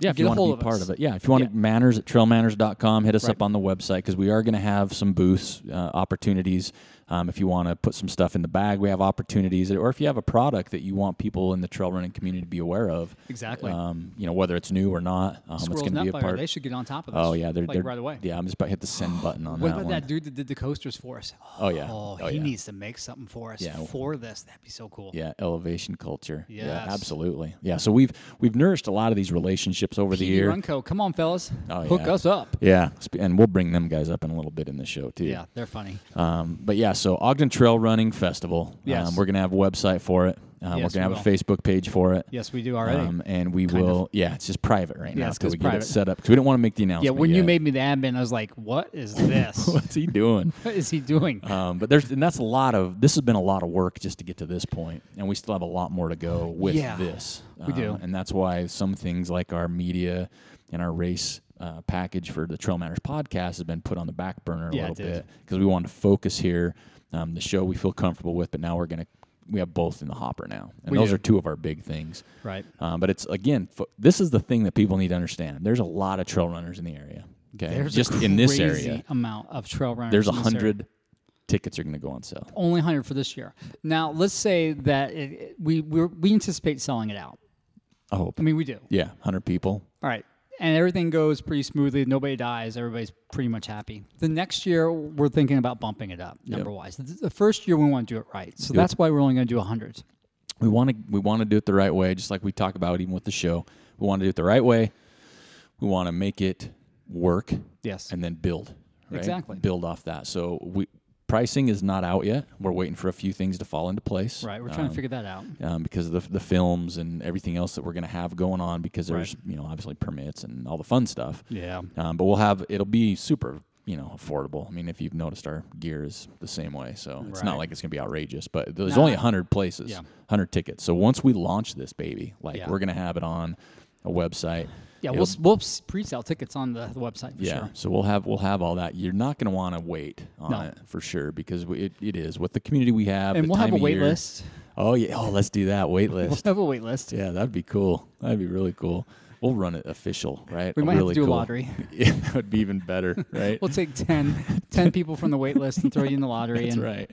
A: Yeah, if
B: Get
A: you
B: a
A: want to be
B: hold of
A: part
B: us.
A: of it. um, Yeah, if you want
B: Yeah.
A: to manners at trailmanners.com, hit us
B: Right.
A: up on the website because we are going to have some booths, uh, opportunities. Um, if you want to put some stuff in the bag, we have opportunities. Or if you have a product that you want people in the trail running community to be aware of,
B: Exactly.
A: Um, you know, whether it's new or not, um, it's
B: Squirrels
A: going to
B: Nut
A: be a
B: Buyer,
A: part.
B: they should get on top of this.
A: oh, yeah. They're,
B: like
A: they're,
B: right away.
A: Yeah, I'm just about to hit the send button on
B: What
A: that
B: about
A: one.
B: that dude that did the coasters for us?
A: Oh, yeah.
B: Oh,
A: Oh,
B: he
A: yeah.
B: needs to make something for us
A: Yeah.
B: for this. That'd be so cool.
A: Yeah, elevation culture. Yeah,
B: Yes.
A: absolutely. Yeah, so we've we've nourished a lot of these relationships over the
B: PD
A: year.
B: Runco, come on, fellas,
A: Oh,
B: hook
A: yeah.
B: us up.
A: Yeah, sp- and we'll bring them guys up in a little bit in the show too.
B: Yeah, they're funny.
A: Um, but yeah, so Ogden Trail Running Festival.
B: Yes.
A: Um, we're gonna have a website for it. Um,
B: Yes,
A: we're gonna
B: we
A: have
B: will.
A: a Facebook page for it. Um,
B: Yes, we do already.
A: and we will. Yeah, it's just private right now
B: it's
A: until
B: 'cause
A: we get
B: private.
A: it set up because we didn't want to make the
B: yeah,
A: announcement.
B: when you
A: yet.
B: made me the admin, I was like, "What is this?
A: what's he doing?
B: what is he doing?"
A: Um, but there's and that's a lot of this has been a lot of work just to get to this point, and we still have a lot more to go with
B: Yeah,
A: this. Um,
B: we do.
A: and that's why some things like our media and our race uh, package for the Trail Matters podcast has been put on the back burner a
B: Yeah, it
A: little
B: did.
A: bit because we wanted to focus here. Um, the show we feel comfortable with, but now we're gonna we have both in the hopper now, and
B: We
A: those
B: do.
A: are two of our big things.
B: right.
A: Um, but it's again, fo- this is the thing that people need to understand. There's a lot of trail runners in the area. Okay,
B: There's a
A: just in this
B: crazy
A: area,
B: amount of trail runners.
A: there's a
B: in this area.
A: hundred tickets are going to go on sale.
B: only 100 for this year. Now, let's say that it, it- we we're, we anticipate selling it out.
A: I hope.
B: I mean, we do.
A: Yeah, 100 people.
B: All right. And everything goes pretty smoothly. Nobody dies. Everybody's pretty much happy. The next year, we're thinking about bumping it up number wise. Th- The first year, we want to do it right. So that's why we're only going to do 100.
A: We want to we want to do it the right way, just like we talk about even with the show. We want to do it the right way. We want to make it work
B: Yes.
A: and then build. right?
B: Exactly.
A: Build off that. So we pricing is not out yet. We're waiting for a few things to fall into place.
B: right. We're trying to figure that out.
A: um, because of the, the films and everything else that we're going to have going on because
B: Right.
A: there's you know obviously permits and all the fun stuff
B: Yeah.
A: um, but we'll have it'll be super you know affordable i mean if you've noticed our gear is the same way so it's not
B: Right.
A: like it's going to be outrageous but there's
B: Nah.
A: only 100 places
B: Yeah.
A: 100 tickets so once we launch this baby like
B: Yeah.
A: we're going to have it on a website
B: Yeah.
A: It'll-
B: We'll, s- we'll s- pre sale tickets on the, the website for
A: yeah,
B: sure.
A: so we'll have we'll have all that. You're not going to want to wait on
B: No.
A: it for sure because we, it, it is with the community we have.
B: And
A: the
B: we'll have
A: time
B: a
A: of
B: wait
A: year-
B: list.
A: Oh yeah, oh let's do that wait list.
B: We'll have a wait list.
A: Yeah, that'd be cool. That'd be really cool. We'll run it official, right?
B: We might have to
A: really
B: do a
A: cool-
B: lottery.
A: Yeah, that would be even better, right?
B: We'll take 10, 10 people from the wait list and throw you in the lottery.
A: That's
B: and
A: right.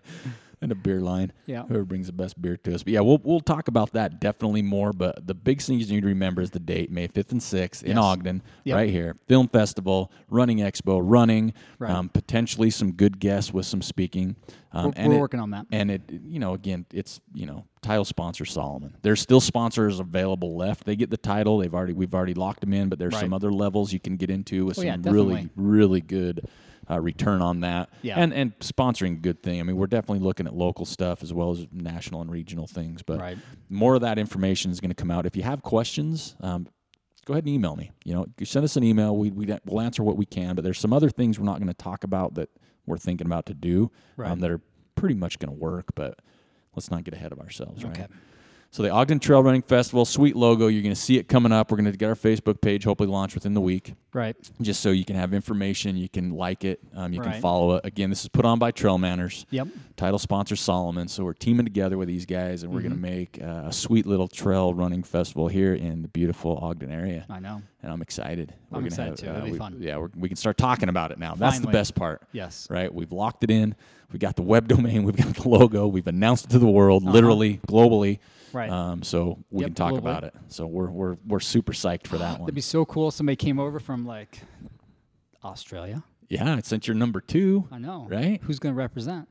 A: And a beer line.
B: Yeah.
A: Whoever brings the best beer to us. But yeah, we'll we'll talk about that definitely more. But the big thing you need to remember is the date, May fifth and sixth in Ogden,
B: Yep.
A: right here. Film festival, running expo, running,
B: Right.
A: um, potentially some good guests with some speaking. Um,
B: We're- we're working on that.
A: And it you know, again, it's you know, title sponsor Solomon. There's still sponsors available left. They get the title. They've already we've already locked them in, but there's
B: Right.
A: some other levels you can get into with
B: Well, yeah,
A: some really,
B: definitely.
A: really good uh, return on that.
B: Yeah.
A: And and sponsoring a good thing. I mean, we're definitely looking at local stuff as well as national and regional things. But
B: Right.
A: more of that information is going to come out. If you have questions, um, go ahead and email me. You know, you send us an email. We, we we'll answer what we can. But there's some other things we're not going to talk about that we're thinking about to do um, that are pretty much going to work. But let's not get ahead of ourselves, right? So the Ogden Trail Running Festival, sweet logo. You're going to see it coming up. We're going to get our Facebook page hopefully launched within the week
B: Right.
A: just so you can have information, you can like it, um, you can
B: Right.
A: follow it. Again, this is put on by Trail Manners.
B: Yep.
A: Title sponsor Solomon. So we're teaming together with these guys, and we're
B: Mm-hmm.
A: going to make uh, a sweet little trail running festival here in the beautiful Ogden area.
B: I know.
A: And I'm excited. We're gonna have,
B: excited
A: uh,
B: too. It'll be
A: we,
B: fun.
A: Yeah, we're, we can start talking about it now. That's the
B: Finally.
A: best part.
B: Yes.
A: Right. We've locked it in. We've got the web domain. We've got the logo. We've announced it to the world, literally, globally.
B: Uh-huh. Right.
A: Um, so we
B: Yep,
A: can talk
B: globally.
A: about it. So we're we're we're super psyched for that one.
B: It'd be so cool if somebody came over from like Australia.
A: Yeah, it's since you're number two.
B: I know.
A: Right?
B: Who's going to represent?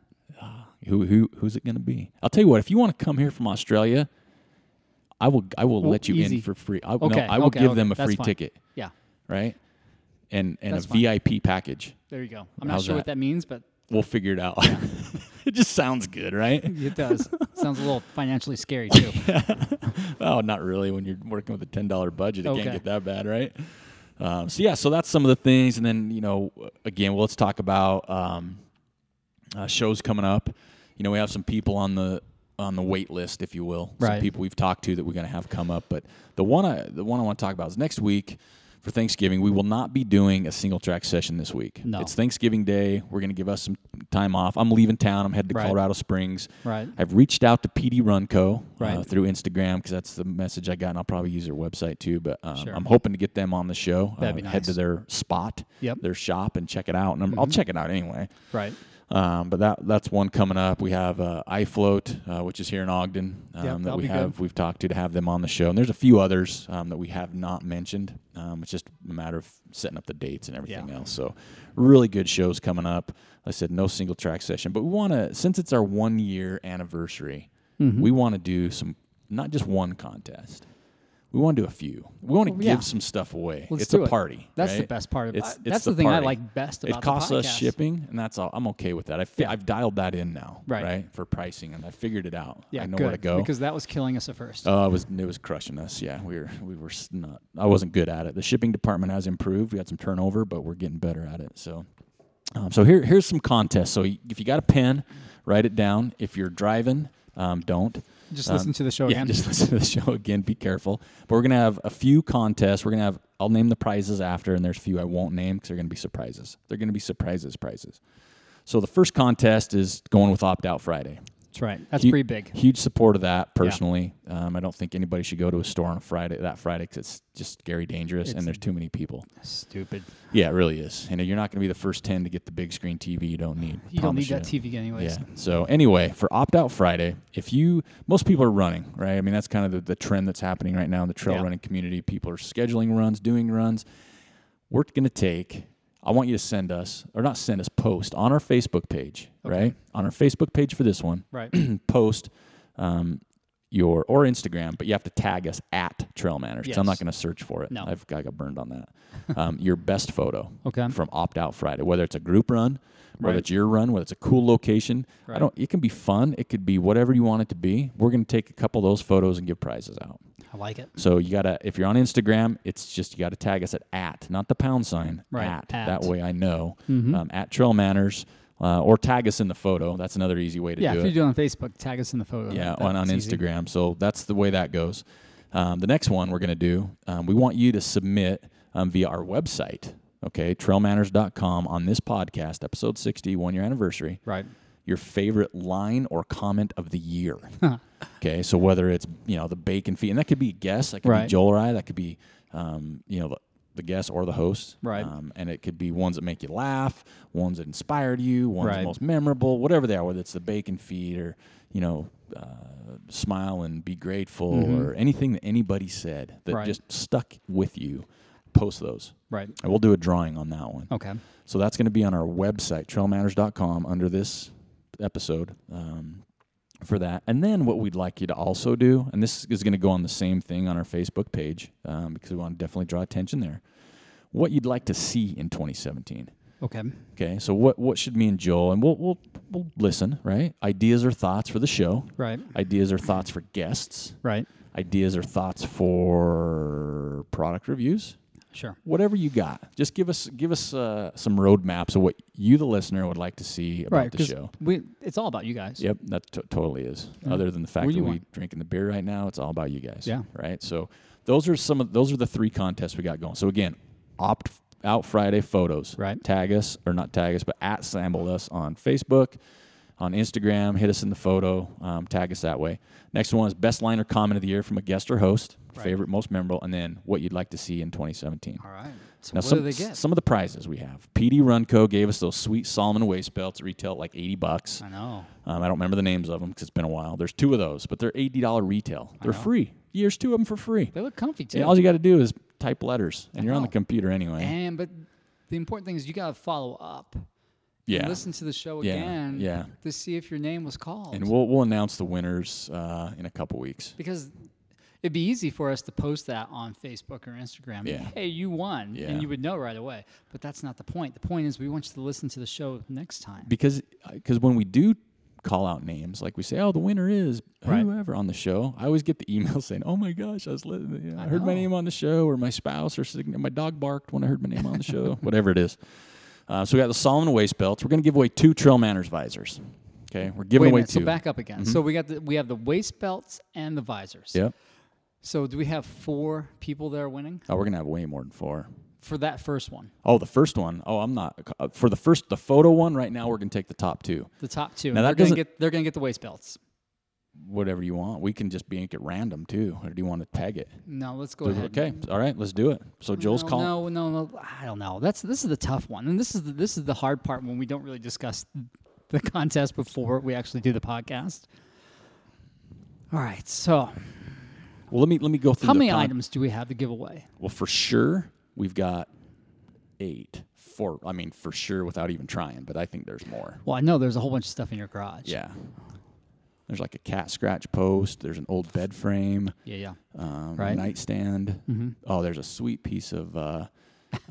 A: Who who who's it going to be? I'll tell you what. If you want to come here from Australia, I will I will let you
B: easy.
A: in for free. I,
B: Okay,
A: no, I will
B: okay,
A: give
B: okay,
A: them a
B: that's
A: free
B: fine.
A: ticket,
B: Yeah.
A: right? And and
B: That's
A: a
B: fine.
A: VIP package.
B: There you go. I'm not
A: How's
B: sure
A: that?
B: what that means, but
A: We'll figure it out. it just sounds good, right?
B: it does. Sounds a little financially scary too.
A: Oh, not really. When you're working with a ten dollar budget, it
B: Okay.
A: can't get that bad, right? Um, so yeah, so that's some of the things, and then you know, again, well, let's talk about um, uh, shows coming up. You know, we have some people on the on the wait list, if you will. Some
B: Right.
A: people we've talked to that we're going to have come up, but the one I the one I want to talk about is next week for Thanksgiving. We will not be doing a single track session this week.
B: No.
A: It's Thanksgiving Day. We're going to give us some time off. I'm leaving town. I'm headed to
B: Right.
A: Colorado Springs.
B: Right.
A: I've reached out to PD Runco uh,
B: Right.
A: through Instagram because that's the message I got, and I'll probably use their website too. But um,
B: Sure.
A: I'm hoping to get them on the show.
B: That'd
A: uh,
B: be
A: Head to
B: nice.
A: their spot,
B: Yep. Mm-hmm.
A: their shop, and check it out. And I'm, I'll check it out anyway.
B: right.
A: Um, but that that's one coming up. We have uh, iFloat, uh, which is here in Ogden, um, that
B: that'll
A: we
B: be good.
A: have we've talked to to have them on the show. And there's a few others um, that we have not mentioned. Um, it's just a matter of setting up the dates and everything
B: Yeah.
A: else. So really good shows coming up. I said no single track session, but we want to since it's our one year anniversary,
B: Mm-hmm.
A: we want to do some not just one contest. We want to do a few. We want to
B: yeah.
A: give some stuff away.
B: Let's
A: it's
B: do
A: a
B: it.
A: party.
B: That's the
A: right?
B: best part of-
A: It's,
B: I-
A: it's
B: that's the thing I
A: party.
B: like best
A: It
B: about the
A: costs us
B: podcast.
A: shipping shipping, and that's all. I'm okay with that. I fi- I've dialed that in now, right.
B: Right.
A: For pricing, and I figured it out.
B: Yeah.
A: I know
B: good.
A: where to go.
B: Because that was killing us at first.
A: uh, it was it was crushing us. Yeah, we were we were s- not. I wasn't good at it. The shipping department has improved. We had some turnover, but we're getting better at it. So, um, so here here's some contests. So y- if you got a pen, write it down. If you're driving, um, don't.
B: Just listen to the show
A: yeah,
B: again.
A: Just listen to the show again. Be careful. But we're gonna have a few contests. We're gonna have. I'll name the prizes after, and there's a few I won't name because they're gonna be surprises. They're gonna be surprises prizes. So the first contest is going with Opt Out Friday.
B: That's right. That's
A: Hu-
B: pretty big.
A: Huge support of that personally. Um, I don't think anybody should go to a store on a Friday that Friday because it's just scary dangerous and there's too many people.
B: Stupid.
A: Yeah, it really is. And you're not going to be the first ten to get the big screen TV you don't need.
B: You don't
A: Promise
B: need that TV anyways.
A: yeah. So anyway, for opt out Friday, if you most people are running, right? I mean, that's kind of the, the trend that's happening right now in the trail
B: Yeah.
A: running community. People are scheduling runs, doing runs. We're going to take. I want you to send us, or not send us, post on our Facebook page, right? On our Facebook page for this one,
B: Right.
A: post um, your or Instagram, but you have to tag us at Trail Manners. 'cause I'm not
B: Yes.
A: going to search for it.
B: No.
A: I've I got burned on that. Um, your best photo,
B: Okay.
A: from Opt Out Friday, whether it's a group run, whether
B: Right.
A: it's your run, whether it's a cool location. I
B: Right.
A: don't. It can be fun. It could be whatever you want it to be. We're going to take a couple of those photos and give prizes out.
B: I like it.
A: So you gotta, if you're on Instagram, it's just you gotta tag us at at, not the pound sign,
B: Right,
A: at,
B: at. Mm-hmm.
A: That way I know um, at Trail Manners, uh, or tag us in the photo. That's another easy way to
B: Yeah.
A: do
B: If
A: it.
B: you do it on Facebook, tag us in the photo.
A: yeah,
B: That-
A: on, on
B: that's easy.
A: Instagram. So that's the way that goes. Um, the next one we're gonna do, um, we want you to submit um, via our website, okay, trailmanners.com on this podcast, episode 60, one year anniversary
B: Right.
A: your favorite line or comment of the year. okay, so whether it's you know the bacon fee, and that could be a guest, that could be
B: Right.
A: Joel or I, that could be um, you know the, the guest or the host,
B: Right.
A: Um, and it could be ones that make you laugh, ones that inspired you, ones
B: Right.
A: most memorable, whatever they are, whether it's the bacon feed or you know. Uh, smile and be grateful, or anything that anybody said that
B: Mm-hmm. Right.
A: just stuck with you. Post those.
B: Right.
A: And we'll do a drawing on that one.
B: Okay.
A: So that's going to be on our website, trailmatters.com, under this episode um, for that. And then what we'd like you to also do, and this is going to go on the same thing on our Facebook page um, because we want to definitely draw attention there, what you'd like to see in 2017.
B: Okay.
A: Okay, so what, what should me and Joel, and we'll, we'll, we'll listen, right? Ideas or thoughts for the show,
B: Right.
A: ideas or thoughts for guests,
B: Right.
A: ideas or thoughts for product reviews
B: Sure.
A: whatever you got. Just give us give us uh, some roadmaps of what you, the listener, would like to see about
B: Right.
A: the
B: 'cause
A: show.
B: we it's all about you guys.
A: Yep, that t- totally is. Other than the fact
B: What
A: that
B: do you
A: we
B: want?
A: drinking the beer right now, it's all about you guys.
B: Yeah.
A: Right. So those are some of those are the three contests we got going. So again, opt f- out Friday photos.
B: Right.
A: Tag us or not tag us, but at sample us on Facebook. On Instagram, hit us in the photo, um, tag us that way. Next one is best line or comment of the year from a guest or host, favorite, most memorable, and then what you'd like to see in 2017.
B: All right. So
A: Now,
B: what
A: some,
B: do they get?
A: some of the prizes we have. PD Runco gave us those sweet Solomon waist belts, retail at like 80 bucks.
B: I know.
A: Um, I don't remember the names of them because it's been a while. There's two of those, but they're $80 retail. They're free. Here's two of them for free.
B: They look comfy too.
A: And all you got to do is type letters, and you're on the
B: know.
A: computer anyway.
B: and but the important thing is you gotta follow up.
A: yeah.
B: Listen to the show
A: Yeah,
B: again.
A: yeah.
B: To see if your name was called.
A: And we'll, we'll announce the winners uh, in a couple weeks.
B: because it'd be easy for us to post that on Facebook or Instagram.
A: Yeah.
B: Hey, you won,
A: Yeah.
B: and you would know right away. But that's not the point. The point is we want you to listen to the show next time.
A: Because uh, cause when we do call out names, like we say, oh, the winner is
B: Right.
A: whoever on the show, I always get the email saying, oh my gosh, I was li- you know, I, heard my
B: know.
A: name on the show, or my spouse, or sign- my dog barked when I heard my name on the show, whatever it is. Uh, so we got the Solomon waist belts. We're going to give away two Trail Manners visors. Okay, we're giving
B: Wait a
A: away
B: minute.
A: two.
B: So back up again. So we got the we have the waist belts and the visors.
A: Yep.
B: So do we have four people there winning
A: Oh, we're going to have way more than four.
B: for that first one?
A: Oh, the first one. Oh, I'm not uh, for the first the photo one right now. We're going to take the top two.
B: The top two.
A: Now
B: and
A: that
B: they're gonna
A: doesn't-
B: get they're gonna get the waist belts.
A: Whatever you want. We can just be ink at random too. Or do you want to tag it?
B: No, let's go ahead.
A: Okay. All right. Let's do it. So Joel's
B: no,
A: calling.
B: No, no, no. I don't know. That's this is the tough one, and this is the, this is the hard part when we don't really discuss the contest before we actually do the podcast. All right. So,
A: Well, let me let me go through.
B: how
A: the
B: many
A: con-
B: items do we have to give away?
A: Well, for sure we've got eight. For I mean, for sure without even trying, but I think there's more.
B: Well, I know there's a whole bunch of stuff in your garage.
A: Yeah. There's like a cat scratch post. There's an old bed frame,
B: Yeah. Yeah.
A: um,
B: Right. Mm-hmm.
A: nightstand. Oh, there's a sweet piece of uh,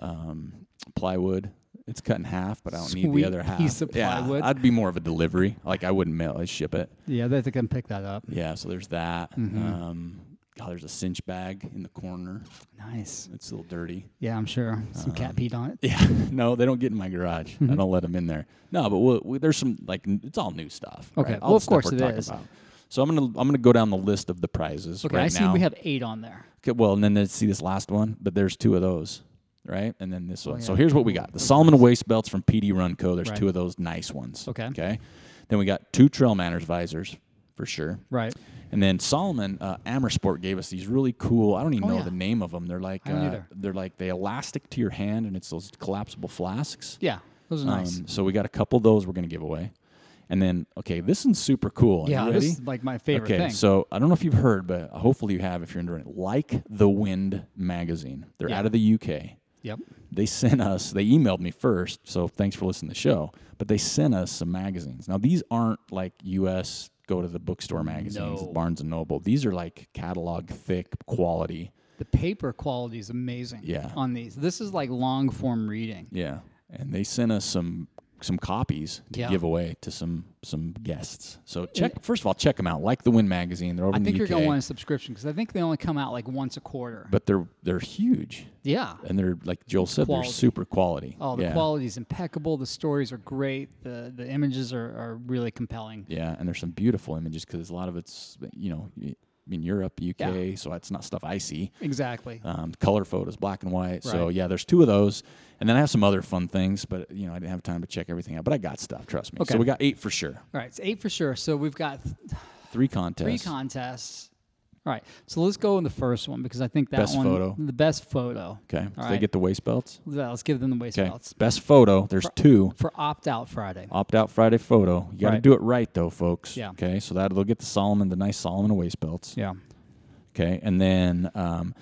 A: um, plywood. It's cut in half, but I don't need the
B: Sweet
A: other half.
B: piece of
A: Yeah,
B: plywood.
A: I'd be more of a delivery. Like I wouldn't mail. I'd ship it.
B: Yeah. They can pick that up.
A: Yeah. So there's that.
B: Mm-hmm.
A: Um, God, there's a cinch bag in the corner.
B: Nice.
A: It's a little dirty.
B: Yeah, I'm sure some
A: Uh,
B: cat peed on it.
A: Yeah, no, they don't get in my garage.
B: Mm-hmm.
A: I don't let them in there. No, but we'll, we, there's some like n- it's all new stuff.
B: Okay,
A: right? All
B: well,
A: the
B: of course
A: stuff we're
B: it
A: talking
B: is.
A: About. So I'm gonna I'm gonna go down the list of the prizes
B: Okay,
A: right
B: I see
A: now.
B: we have eight on there.
A: Okay, well, and then let's see this last one, but there's two of those, right? And then
B: Oh,
A: this one. So here's what we got: the Solomon waist belts from PD Runco. There's
B: Right.
A: two of those nice ones.
B: Okay.
A: Okay. Then we got two Trail Manners visors for sure.
B: Right.
A: And then Solomon uh, Amersport gave us these really cool. I don't even know
B: Oh, yeah.
A: the name of them. They're like
B: don't
A: uh,
B: either.
A: they're like they elastic to your hand, and it's those collapsible flasks.
B: Yeah, those are nice.
A: Um, so we got a couple of those we're gonna give away, and then okay, this one's super cool. Are you
B: yeah, this
A: ready?
B: is like my favorite
A: okay,
B: thing.
A: so I don't know if you've heard, but hopefully you have. If you're into it, like the Wind magazine, they're
B: Yeah.
A: out of the UK.
B: yep.
A: They sent us. They emailed me first, so thanks for listening to the show. But they sent us some magazines. Now these aren't like U.S. go to the bookstore magazines,
B: No.
A: Barnes and Noble. These are like catalog thick quality.
B: The paper quality is amazing.
A: Yeah.
B: On these, this is like long form reading.
A: Yeah, and they sent us some some copies to
B: Yeah.
A: give away to some some guests. So check first of all, check them out. Like the Wind magazine, they're over
B: I
A: in
B: think
A: the
B: you're
A: UK,
B: going to want a subscription because I think they only come out like once a quarter.
A: but they're they're huge,
B: yeah.
A: and they're like Joel said,
B: Quality.
A: they're super quality.
B: Oh, the
A: yeah.
B: quality is impeccable. The stories are great. The the images are, are really compelling.
A: Yeah, and there's some beautiful images because a lot of it's you know y- in Europe, UK, so that's not stuff I see.
B: Exactly.
A: Uh, Um, color photos, black and white. So
B: Right.
A: yeah, there's two of those, And then I have some other fun things, but you know, I didn't have time to check everything out. But I got stuff, trust me.
B: Okay.
A: So we got eight for sure.
B: All right, it's eight for sure. So we've got th-
A: Three contests.
B: three contests. All right, so let's go in the first one because I think that
A: Best
B: one,
A: photo.
B: the best photo.
A: okay.
B: All
A: so they
B: right.
A: get the waist belts.
B: Yeah, let's give them the waist
A: Okay.
B: belts
A: Best photo. There's two.
B: for opt out Friday.
A: Opt out Friday photo. You got to
B: Right.
A: do it right though, folks.
B: Yeah.
A: Okay. So that they'll get the Solomon, the nice Solomon waist belts.
B: Yeah.
A: Okay. And then um,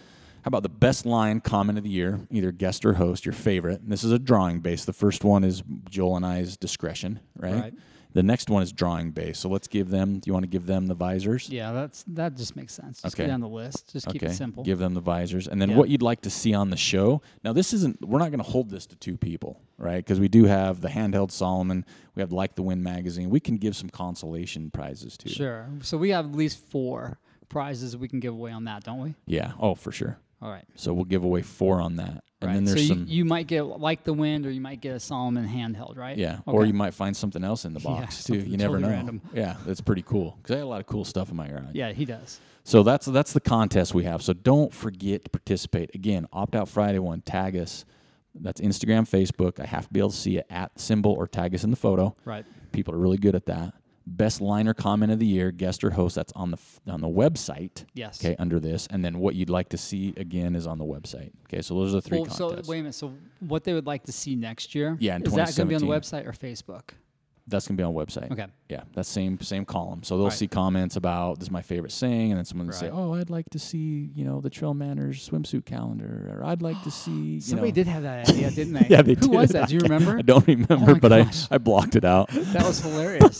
A: how about the best line comment of the year, either guest or host, your favorite? And this is a drawing base. The first one is Joel and I's discretion, right?
B: Right.
A: The next one is drawing base. So let's give them, do you want to give them the visors?
B: Yeah, that's that just makes sense. Just
A: Okay.
B: get on the list. Just keep
A: okay.
B: it simple.
A: Give them the visors. And then
B: Yeah.
A: what you'd like to see on the show. Now, this isn't, we're not going to hold this to two people, right? Because we do have the handheld Solomon, we have Like the Wind magazine. We can give some consolation prizes too.
B: Sure. So we have at least four prizes we can give away on that, don't we?
A: Yeah. Oh, for sure.
B: All right.
A: So we'll give away four on that. And
B: right.
A: then there's
B: so
A: some.
B: you, you might get like the wind, or you might get a Solomon handheld, right?
A: Yeah,
B: Okay.
A: or you might find something else in the box too.
B: something
A: You never
B: totally
A: know.
B: random.
A: Yeah, that's pretty cool because I had a lot of cool stuff in my garage.
B: Yeah, he does.
A: So that's that's the contest we have. So don't forget to participate. Again, opt out Friday one. Tag us. That's Instagram, Facebook. I have to be able to see it at symbol or tag us in the photo.
B: Right.
A: People are really good at that. Best line or comment of the year, guest or host. That's on the f- on the website.
B: Yes.
A: Okay, under this, and then what you'd like to see again is on the website. Okay, so those are the three
B: Well, so
A: contests.
B: wait a minute. So what they would like to see next year?
A: Yeah, in
B: is that going to be on the
A: 2017.
B: website or Facebook?
A: That's gonna be on website.
B: Okay.
A: Yeah, that same same column. So they'll
B: Right.
A: see comments about this is my favorite saying, and then someone will say,
B: Right.
A: "Oh, I'd like to see you know the Trail Manners swimsuit calendar," or "I'd like to see." You
B: Somebody
A: know.
B: did have that idea, didn't they?
A: Yeah, they
B: Who
A: did.
B: was that? Do you
A: I can't-
B: remember? Oh
A: I don't remember, but
B: gosh.
A: I I blocked it out.
B: That was hilarious.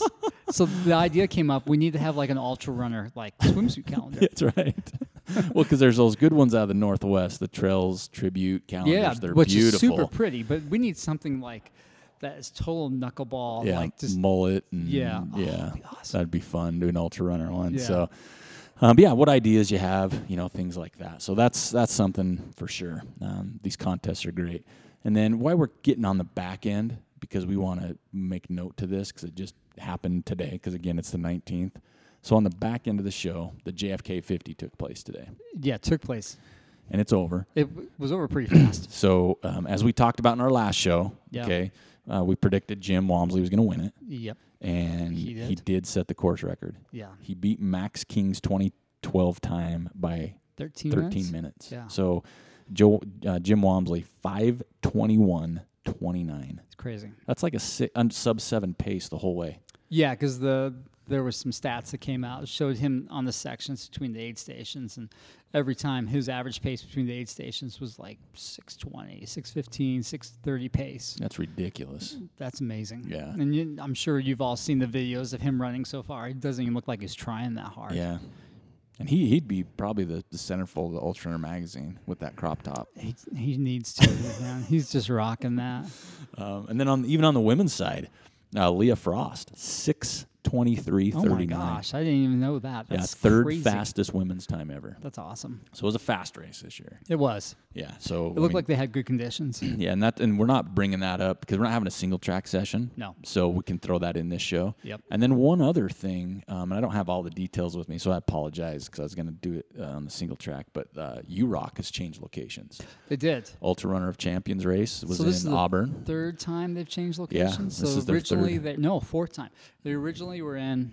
B: so the idea came up. We need to have like an ultra runner like swimsuit calendar.
A: That's right. well, because there's those good ones out of the Northwest, the Trails tribute calendars.
B: Yeah,
A: they're
B: which
A: beautiful.
B: is super pretty, but we need something like that is total knuckleball,
A: yeah,
B: like just
A: mullet. And
B: Yeah. Oh,
A: yeah,
B: that'd be awesome.
A: that'd be fun. Do an ultra runner one.
B: Yeah.
A: So, um, but yeah, what ideas you have, you know, things like that. So that's that's something for sure. Um, these contests are great. And then why we're getting on the back end because we want to make note to this because it just happened today. Because again, it's the nineteenth. So on the back end of the show, the JFK 50 took place today,
B: yeah, it took place.
A: and it's over.
B: It w- was over pretty fast.
A: So um, as we talked about in our last show,
B: Yeah.
A: okay, uh, we predicted Jim Walmsley was going to win it
B: yep.
A: and he did.
B: did?
A: set the course record.
B: Yeah.
A: He beat Max King's 2012 time by
B: 13,
A: 13 minutes.
B: minutes. Yeah.
A: So Joe, uh, Jim Walmsley, 521.29.
B: It's crazy.
A: That's like a si un, sub seven pace the whole way.
B: Yeah, because the there was some stats that came out that showed him on the sections between the aid stations, and every time his average pace between the aid stations was like 620, 615, 630 pace.
A: That's ridiculous.
B: That's amazing.
A: Yeah.
B: And you, I'm sure you've all seen the videos of him running so far. He doesn't even look like he's trying that hard.
A: Yeah. And he, he'd be probably the, the centerfold of the Ultra Runner magazine with that crop top.
B: He, he needs to, man. He's just rocking that.
A: Um, and then on even on the women's side, uh, Leah Frost, 623.39.
B: Oh my gosh, I didn't even know that.
A: Yeah,
B: That's
A: third
B: crazy.
A: fastest women's time ever.
B: That's awesome.
A: So it was a fast race this year.
B: It was.
A: Yeah. So
B: It looked like they had good conditions.
A: yeah, and that and we're not bringing that up because we're not having a single track session.
B: No.
A: So we can throw that in this show.
B: Yep.
A: And then one other thing, um, and I don't have all the details with me, so I apologize because I was going to do it uh, on the single track, but uh, U Rock has changed locations.
B: they did.
A: Ultra Runner of Champions race was
B: So this is
A: in
B: the
A: Auburn.
B: Third time they've changed
A: Yeah,
B: locations.
A: this
B: so
A: is their
B: originally
A: third.
B: they no, fourth time. They originally were in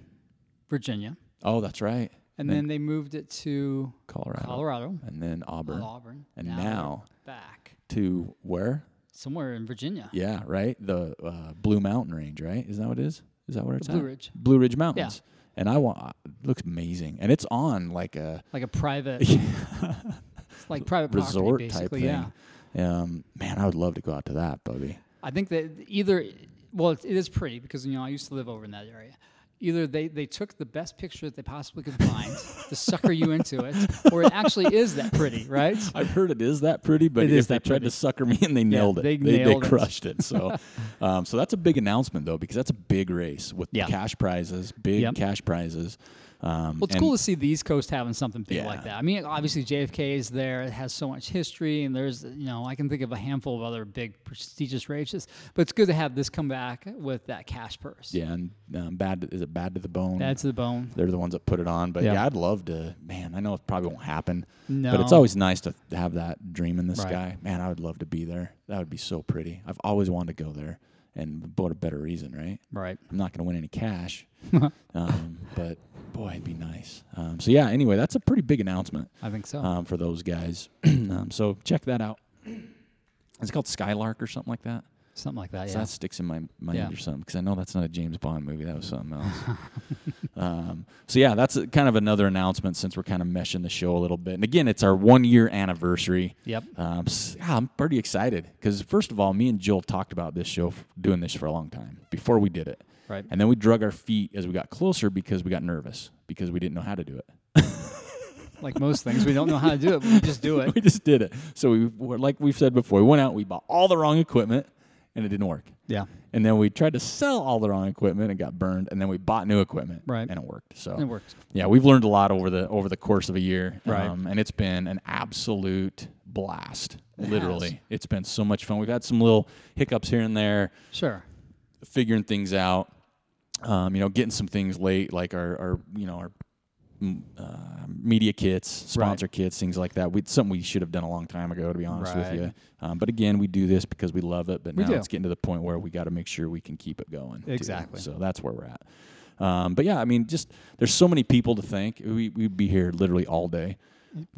B: Virginia
A: oh, that's right.
B: and then they moved it to
A: Colorado.
B: Colorado,
A: And then Auburn.
B: Auburn,
A: And
B: they're
A: now-
B: back
A: To where?
B: somewhere in Virginia.
A: Yeah, right. The uh, Blue Mountain Range, right? Is that what it is? Is that where it's
B: Blue
A: at?
B: Ridge.
A: Blue Ridge Mountains. And I want it looks amazing, and it's on like a
B: Like a private it's like private property,
A: resort type
B: basically,
A: thing.
B: yeah.
A: Um, man, I would love to go out to that, Bubby.
B: I think that either, well, it it is pretty because you know I used to live over in that area. Either they, they took the best picture that they possibly could find to sucker you into it, or it actually is that pretty, right?
A: I've heard it is that pretty, but
B: It
A: if
B: is
A: they
B: that
A: tried
B: pretty.
A: to sucker me and they nailed it.
B: they
A: they,
B: nailed it.
A: crushed it. So, um, so that's a big announcement though, because that's a big race with
B: Yeah.
A: cash prizes, big
B: Yep.
A: cash prizes. Um,
B: Well, it's
A: and-
B: cool to see the East Coast having something big
A: Yeah.
B: like that. I mean, obviously JFK is there; it has so much history, and there's you know I can think of a handful of other big prestigious races. But it's good to have this come back with that cash purse.
A: Yeah, and um, bad is it bad to the bone?
B: Bad to the bone.
A: They're the ones that put it on. But yeah.
B: Yeah.
A: I'd love to. Man, I know it probably won't happen. But it's
B: No.
A: always nice to have that dream in the
B: Right.
A: sky. Man, I would love to be there. That would be so pretty. I've always wanted to go there, and what a better reason, right?
B: Right.
A: I'm not going to win any cash, um, but boy, it'd be nice. Um, so yeah. Anyway, that's a pretty big announcement
B: I think so.
A: um, for those guys. um, so check that out. It's called Skylark or something like that.
B: Something like that.
A: So
B: Yeah.
A: that sticks in my mind
B: Yeah.
A: or something because I know that's not a James Bond movie. That was something else. um, so yeah, that's a, kind of another announcement since we're kind of meshing the show a little bit. And again, it's our one year anniversary.
B: Yep.
A: Um, s- yeah, I'm pretty excited because first of all, me and Joel talked about this show f- doing this for a long time before we did it.
B: Right.
A: And then we drug our feet as we got closer because we got nervous because we didn't know how to do it.
B: like most things, we don't know how to do it. But we just do it.
A: we just did it. So we were, like we've said before, we went out, we bought all the wrong equipment, and it didn't work.
B: Yeah.
A: And then we tried to sell all the wrong equipment and got burned. And then we bought new equipment,
B: Right.
A: And it worked. So
B: It worked.
A: Yeah, we've learned a lot over the over the course of a year, Um,
B: Right.
A: and it's been an absolute blast.
B: has.
A: literally, it's been so much fun. We've had some little hiccups here and there,
B: Sure.
A: figuring things out. Um, you know, getting some things late, like our, our you know our mm, uh, media kits, sponsor kits, things like that. We something we should have done a long time ago, to be honest with
B: Right.
A: you. Um, but again, we do this because we love it. But
B: We
A: now
B: do.
A: it's getting to the point where we got to make sure we can keep it going. too.
B: Exactly.
A: So that's where we're at. Um, but yeah, I mean, just there's so many people to thank. We, we'd be here literally all day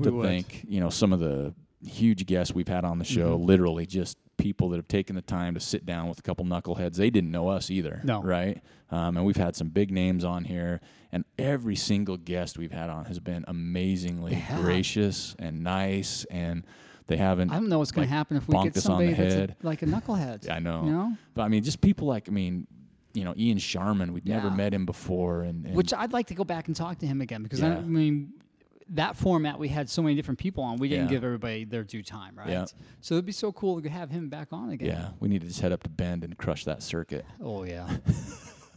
A: to
B: would.
A: thank you know some of the huge guests we've had on the show.
B: Mm-hmm.
A: Literally, just people that have taken the time to sit down with a couple knuckleheads. They didn't know us either,
B: No.
A: right? Um, and we've had some big names on here, and every single guest we've had on has been amazingly
B: have.
A: gracious and nice, and they haven't.
B: I don't know what's going
A: like,
B: to happen if we
A: bonked
B: get
A: us on the
B: somebody that's
A: head.
B: a, like a knucklehead.
A: I know.
B: You know.
A: But I mean, just people like I mean, you know, Ian Sharman. We'd never
B: Yeah.
A: met him before, and, and
B: Which I'd like to go back and talk to him again because
A: Yeah.
B: I mean, that format we had so many different people on, we didn't
A: Yeah.
B: give everybody their due time, right?
A: Yeah.
B: So it'd be so cool to have him back on again.
A: yeah, we need to just head up to Bend and crush that circuit.
B: Oh yeah.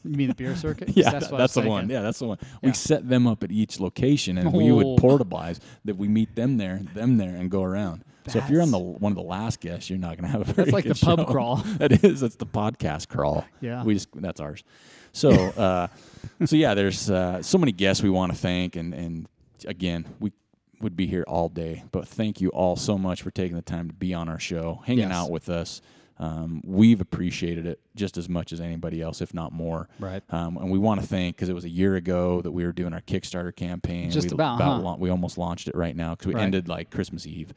B: you mean the beer circuit? 'Cause
A: Yeah,
B: what I
A: that's the
B: was
A: one.
B: thinking.
A: Yeah, that's the one.
B: Yeah.
A: We set them up at each location, and we would
B: Oh.
A: portabilize that we meet them there, them there, and go around. so if you're on the one of the last guests, you're not going to have a very
B: like
A: good
B: the pub
A: show.
B: crawl.
A: that is, that's the podcast crawl.
B: Yeah.
A: we just that's ours. So, uh, so yeah, there's uh, so many guests we want to thank, and and again, we would be here all day. But thank you all so much for taking the time to be on our show, hanging
B: Yes.
A: out with us. Um, we've appreciated it just as much as anybody else, if not more.
B: Right.
A: Um, and we want to thank because it was a year ago that we were doing our Kickstarter campaign.
B: Just
A: we
B: about, huh?
A: lau- we almost launched it right now because we
B: Right.
A: ended like Christmas Eve.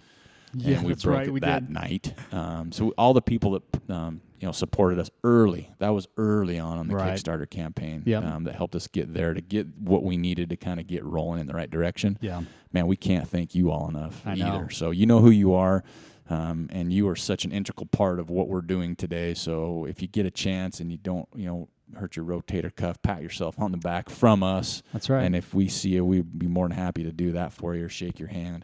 B: Yeah,
A: and we
B: that's
A: broke
B: right,
A: it
B: we
A: that
B: did.
A: night. Um, so all the people that um, you know supported us early. That was early on on the
B: Right.
A: Kickstarter campaign.
B: Yep.
A: Um, that helped us get there to get what we needed to kind of get rolling in the right direction.
B: Yeah.
A: Man, we can't thank you all enough
B: I know.
A: either. So you know who you are. Um, and you are such an integral part of what we're doing today. So if you get a chance and you don't, you know, hurt your rotator cuff, pat yourself on the back from us.
B: That's right.
A: And if we see you, we'd be more than happy to do that for you or shake your hand.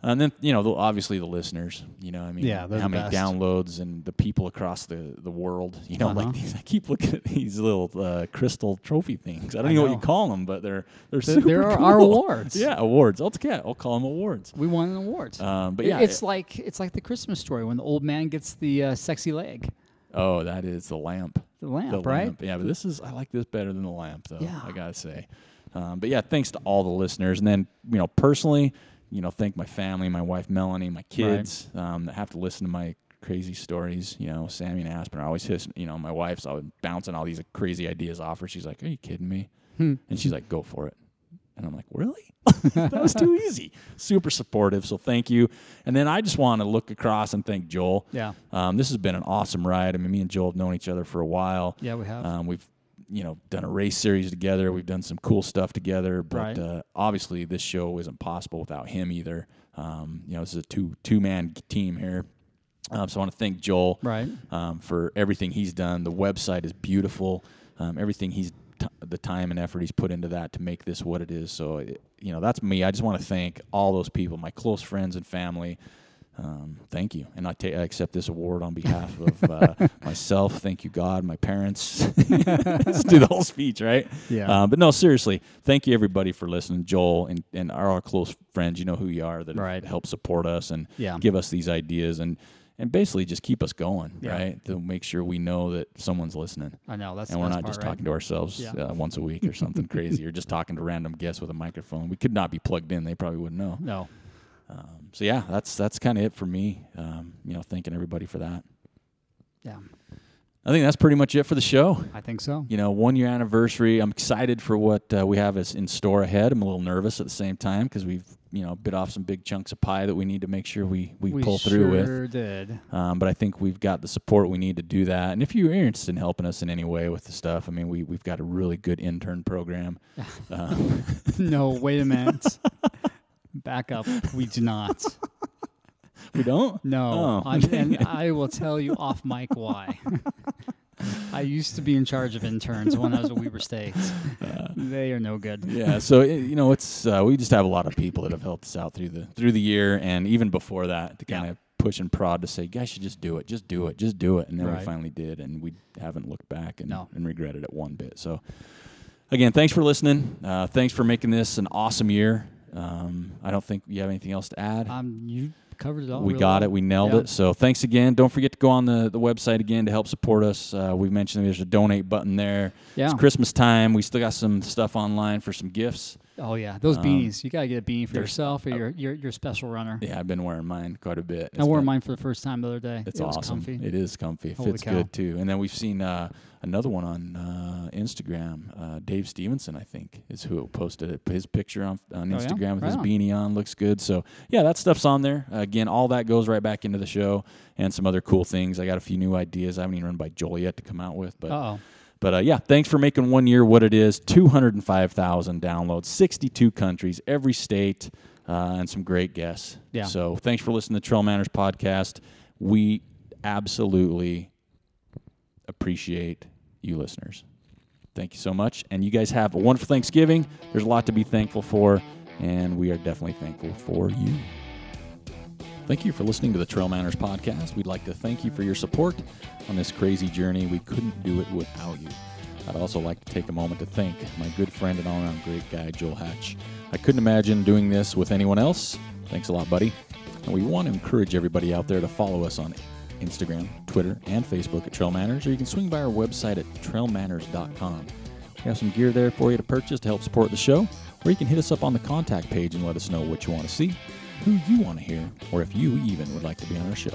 A: And then you know, the, obviously the listeners. You know, I mean,
B: Yeah, they're
A: how
B: the
A: many
B: best.
A: downloads and the people across the, the world. You know, like
B: Uh-huh.
A: these. I keep looking at these little uh, crystal trophy things. I don't
B: I
A: know what you
B: know.
A: call them, but they're they're
B: Th-
A: super
B: there are our
A: cool.
B: awards.
A: Yeah, awards. I'll, yeah, I'll call them awards.
B: We won an award.
A: Um, but
B: It-
A: yeah,
B: it's
A: it-
B: like it's like the Christmas story when the old man gets the uh, sexy leg.
A: oh, that is the lamp.
B: The lamp, right?
A: lamp. Yeah, but this is I like this better than the lamp, though.
B: Yeah.
A: I gotta say. Um, but yeah, thanks to all the listeners, and then you know personally, you know thank my family, my wife Melanie, my kids um, that have to listen to my crazy stories. You know, Sammy and Aspen are always his. You know, my wife's always bouncing all these crazy ideas off her. She's like, "Are you kidding me?"
B: Hmm.
A: And she's like, "Go for it." And I'm like, really? that was too easy. Super supportive. So thank you. And then I just want to look across and thank Joel.
B: Yeah.
A: Um, this has been an awesome ride. I mean, me and Joel have known each other for a while.
B: Yeah, we have.
A: Um, we've, you know, done a race series together. We've done some cool stuff together. But
B: Right.
A: uh, obviously, this show isn't possible without him either. Um, you know, this is a two two man team here. Um, so I want to thank Joel
B: Right.
A: um, for everything he's done. The website is beautiful. Um, everything he's t- the time and effort he's put into that to make this what it is. So it, you know that's me. I just want to thank all those people, my close friends and family, Um, thank you, and I, ta- I accept this award on behalf of uh, myself. Thank you, God, my parents. Let's do the whole speech, right?
C: Yeah.
A: Uh, but no, seriously, thank you everybody for listening, Joel, and and our, our close friends. You know who you are that have
C: Right.
A: helped support us and
C: Yeah.
A: give us these ideas and and basically just keep us going, right? To make sure we know that someone's listening.
B: I know that's
A: and
B: the
A: we're
B: best
A: not
B: part,
A: just
B: right?
A: talking to ourselves
B: Yeah.
A: uh, once a week or something crazy, or just talking to random guests with a microphone. We could not be plugged in; they probably wouldn't know. Um,
B: No,
A: So yeah, that's that's kind of it for me. Um, you know, thanking everybody for that.
B: yeah,
A: I think that's pretty much it for the show.
B: I think so.
A: You know, one year anniversary. I'm excited for what uh, we have is in store ahead. I'm a little nervous at the same time because we've you know bit off some big chunks of pie that we need to make sure we we,
B: we
A: pull
B: sure
A: through with.
B: did.
A: Um, but I think we've got the support we need to do that. And if you're interested in helping us in any way with the stuff, I mean, we, we've got a really good intern program. Um,
B: no, wait a minute. Back up. We do not.
A: we don't?
B: No,
A: Oh.
B: I- and I will tell you off mic why. I used to be in charge of interns when I was at Weber State. they are no good.
A: yeah. So, it, you know, it's, uh, we just have a lot of people that have helped us out through the, through the year and even before that to kind
B: Yeah.
A: of push and prod to say, you guys should just do it, just do it, just do it. And then
B: Right.
A: we finally did. And we haven't looked back and,
B: No.
A: and regretted it one bit. So, again, thanks for listening. Uh, thanks for making this an awesome year. Um, I don't think you have anything else to add.
B: Um, you covered it all.
A: we
B: real
A: got
B: well.
A: it. We nailed
B: Yeah.
A: it. So thanks again. Don't forget to go on the, the website again to help support us. Uh, we mentioned there's a donate button there.
B: Yeah.
A: It's Christmas time. We still got some stuff online for some gifts.
B: Oh yeah, those
A: Um,
B: beanies. You gotta get a beanie for
A: there's-
B: yourself or your your, your special runner.
A: Yeah, I've been wearing mine quite a bit.
B: I
A: It's
B: wore
A: been-
B: mine for the first time the other day.
A: It's
B: it was
A: awesome.
B: comfy.
A: It is comfy. It
B: Holy
A: fits
B: cow.
A: good too. And then we've seen uh, another one on uh, Instagram. Uh, Dave Stevenson, I think, is who posted it. His picture on, on
B: Oh, yeah?
A: Instagram with
B: Right
A: his
B: on.
A: beanie on looks good. So yeah, that stuff's on there. again, all that goes right back into the show and some other cool things. I got a few new ideas. I haven't even run by Joel yet to come out with, but.
B: oh.
A: But uh, yeah, thanks for making one year what it is 205,000 downloads, 62 countries, every state, uh, and some great guests.
B: Yeah.
A: So thanks for listening to Trail Manners Podcast. We absolutely appreciate you listeners. Thank you so much. And you guys have a wonderful Thanksgiving. There's a lot to be thankful for, and we are definitely thankful for you. Thank you for listening to the Trail Manners Podcast. We'd like to thank you for your support on this crazy journey. We couldn't do it without you. I'd also like to take a moment to thank my good friend and all around great guy, Joel Hatch. I couldn't imagine doing this with anyone else. Thanks a lot, buddy. And we want to encourage everybody out there to follow us on Instagram, Twitter, and Facebook at Trail Manners, or you can swing by our website at trailmanners.com. We have some gear there for you to purchase to help support the show, or you can hit us up on the contact page and let us know what you want to see, who you want to hear, or if you even would like to be on our show.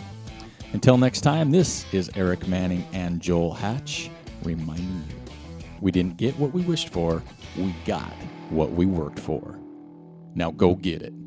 A: Until next time, this is Eric Manning and Joel Hatch reminding you we didn't get what we wished for, we got what we worked for. Now go get it.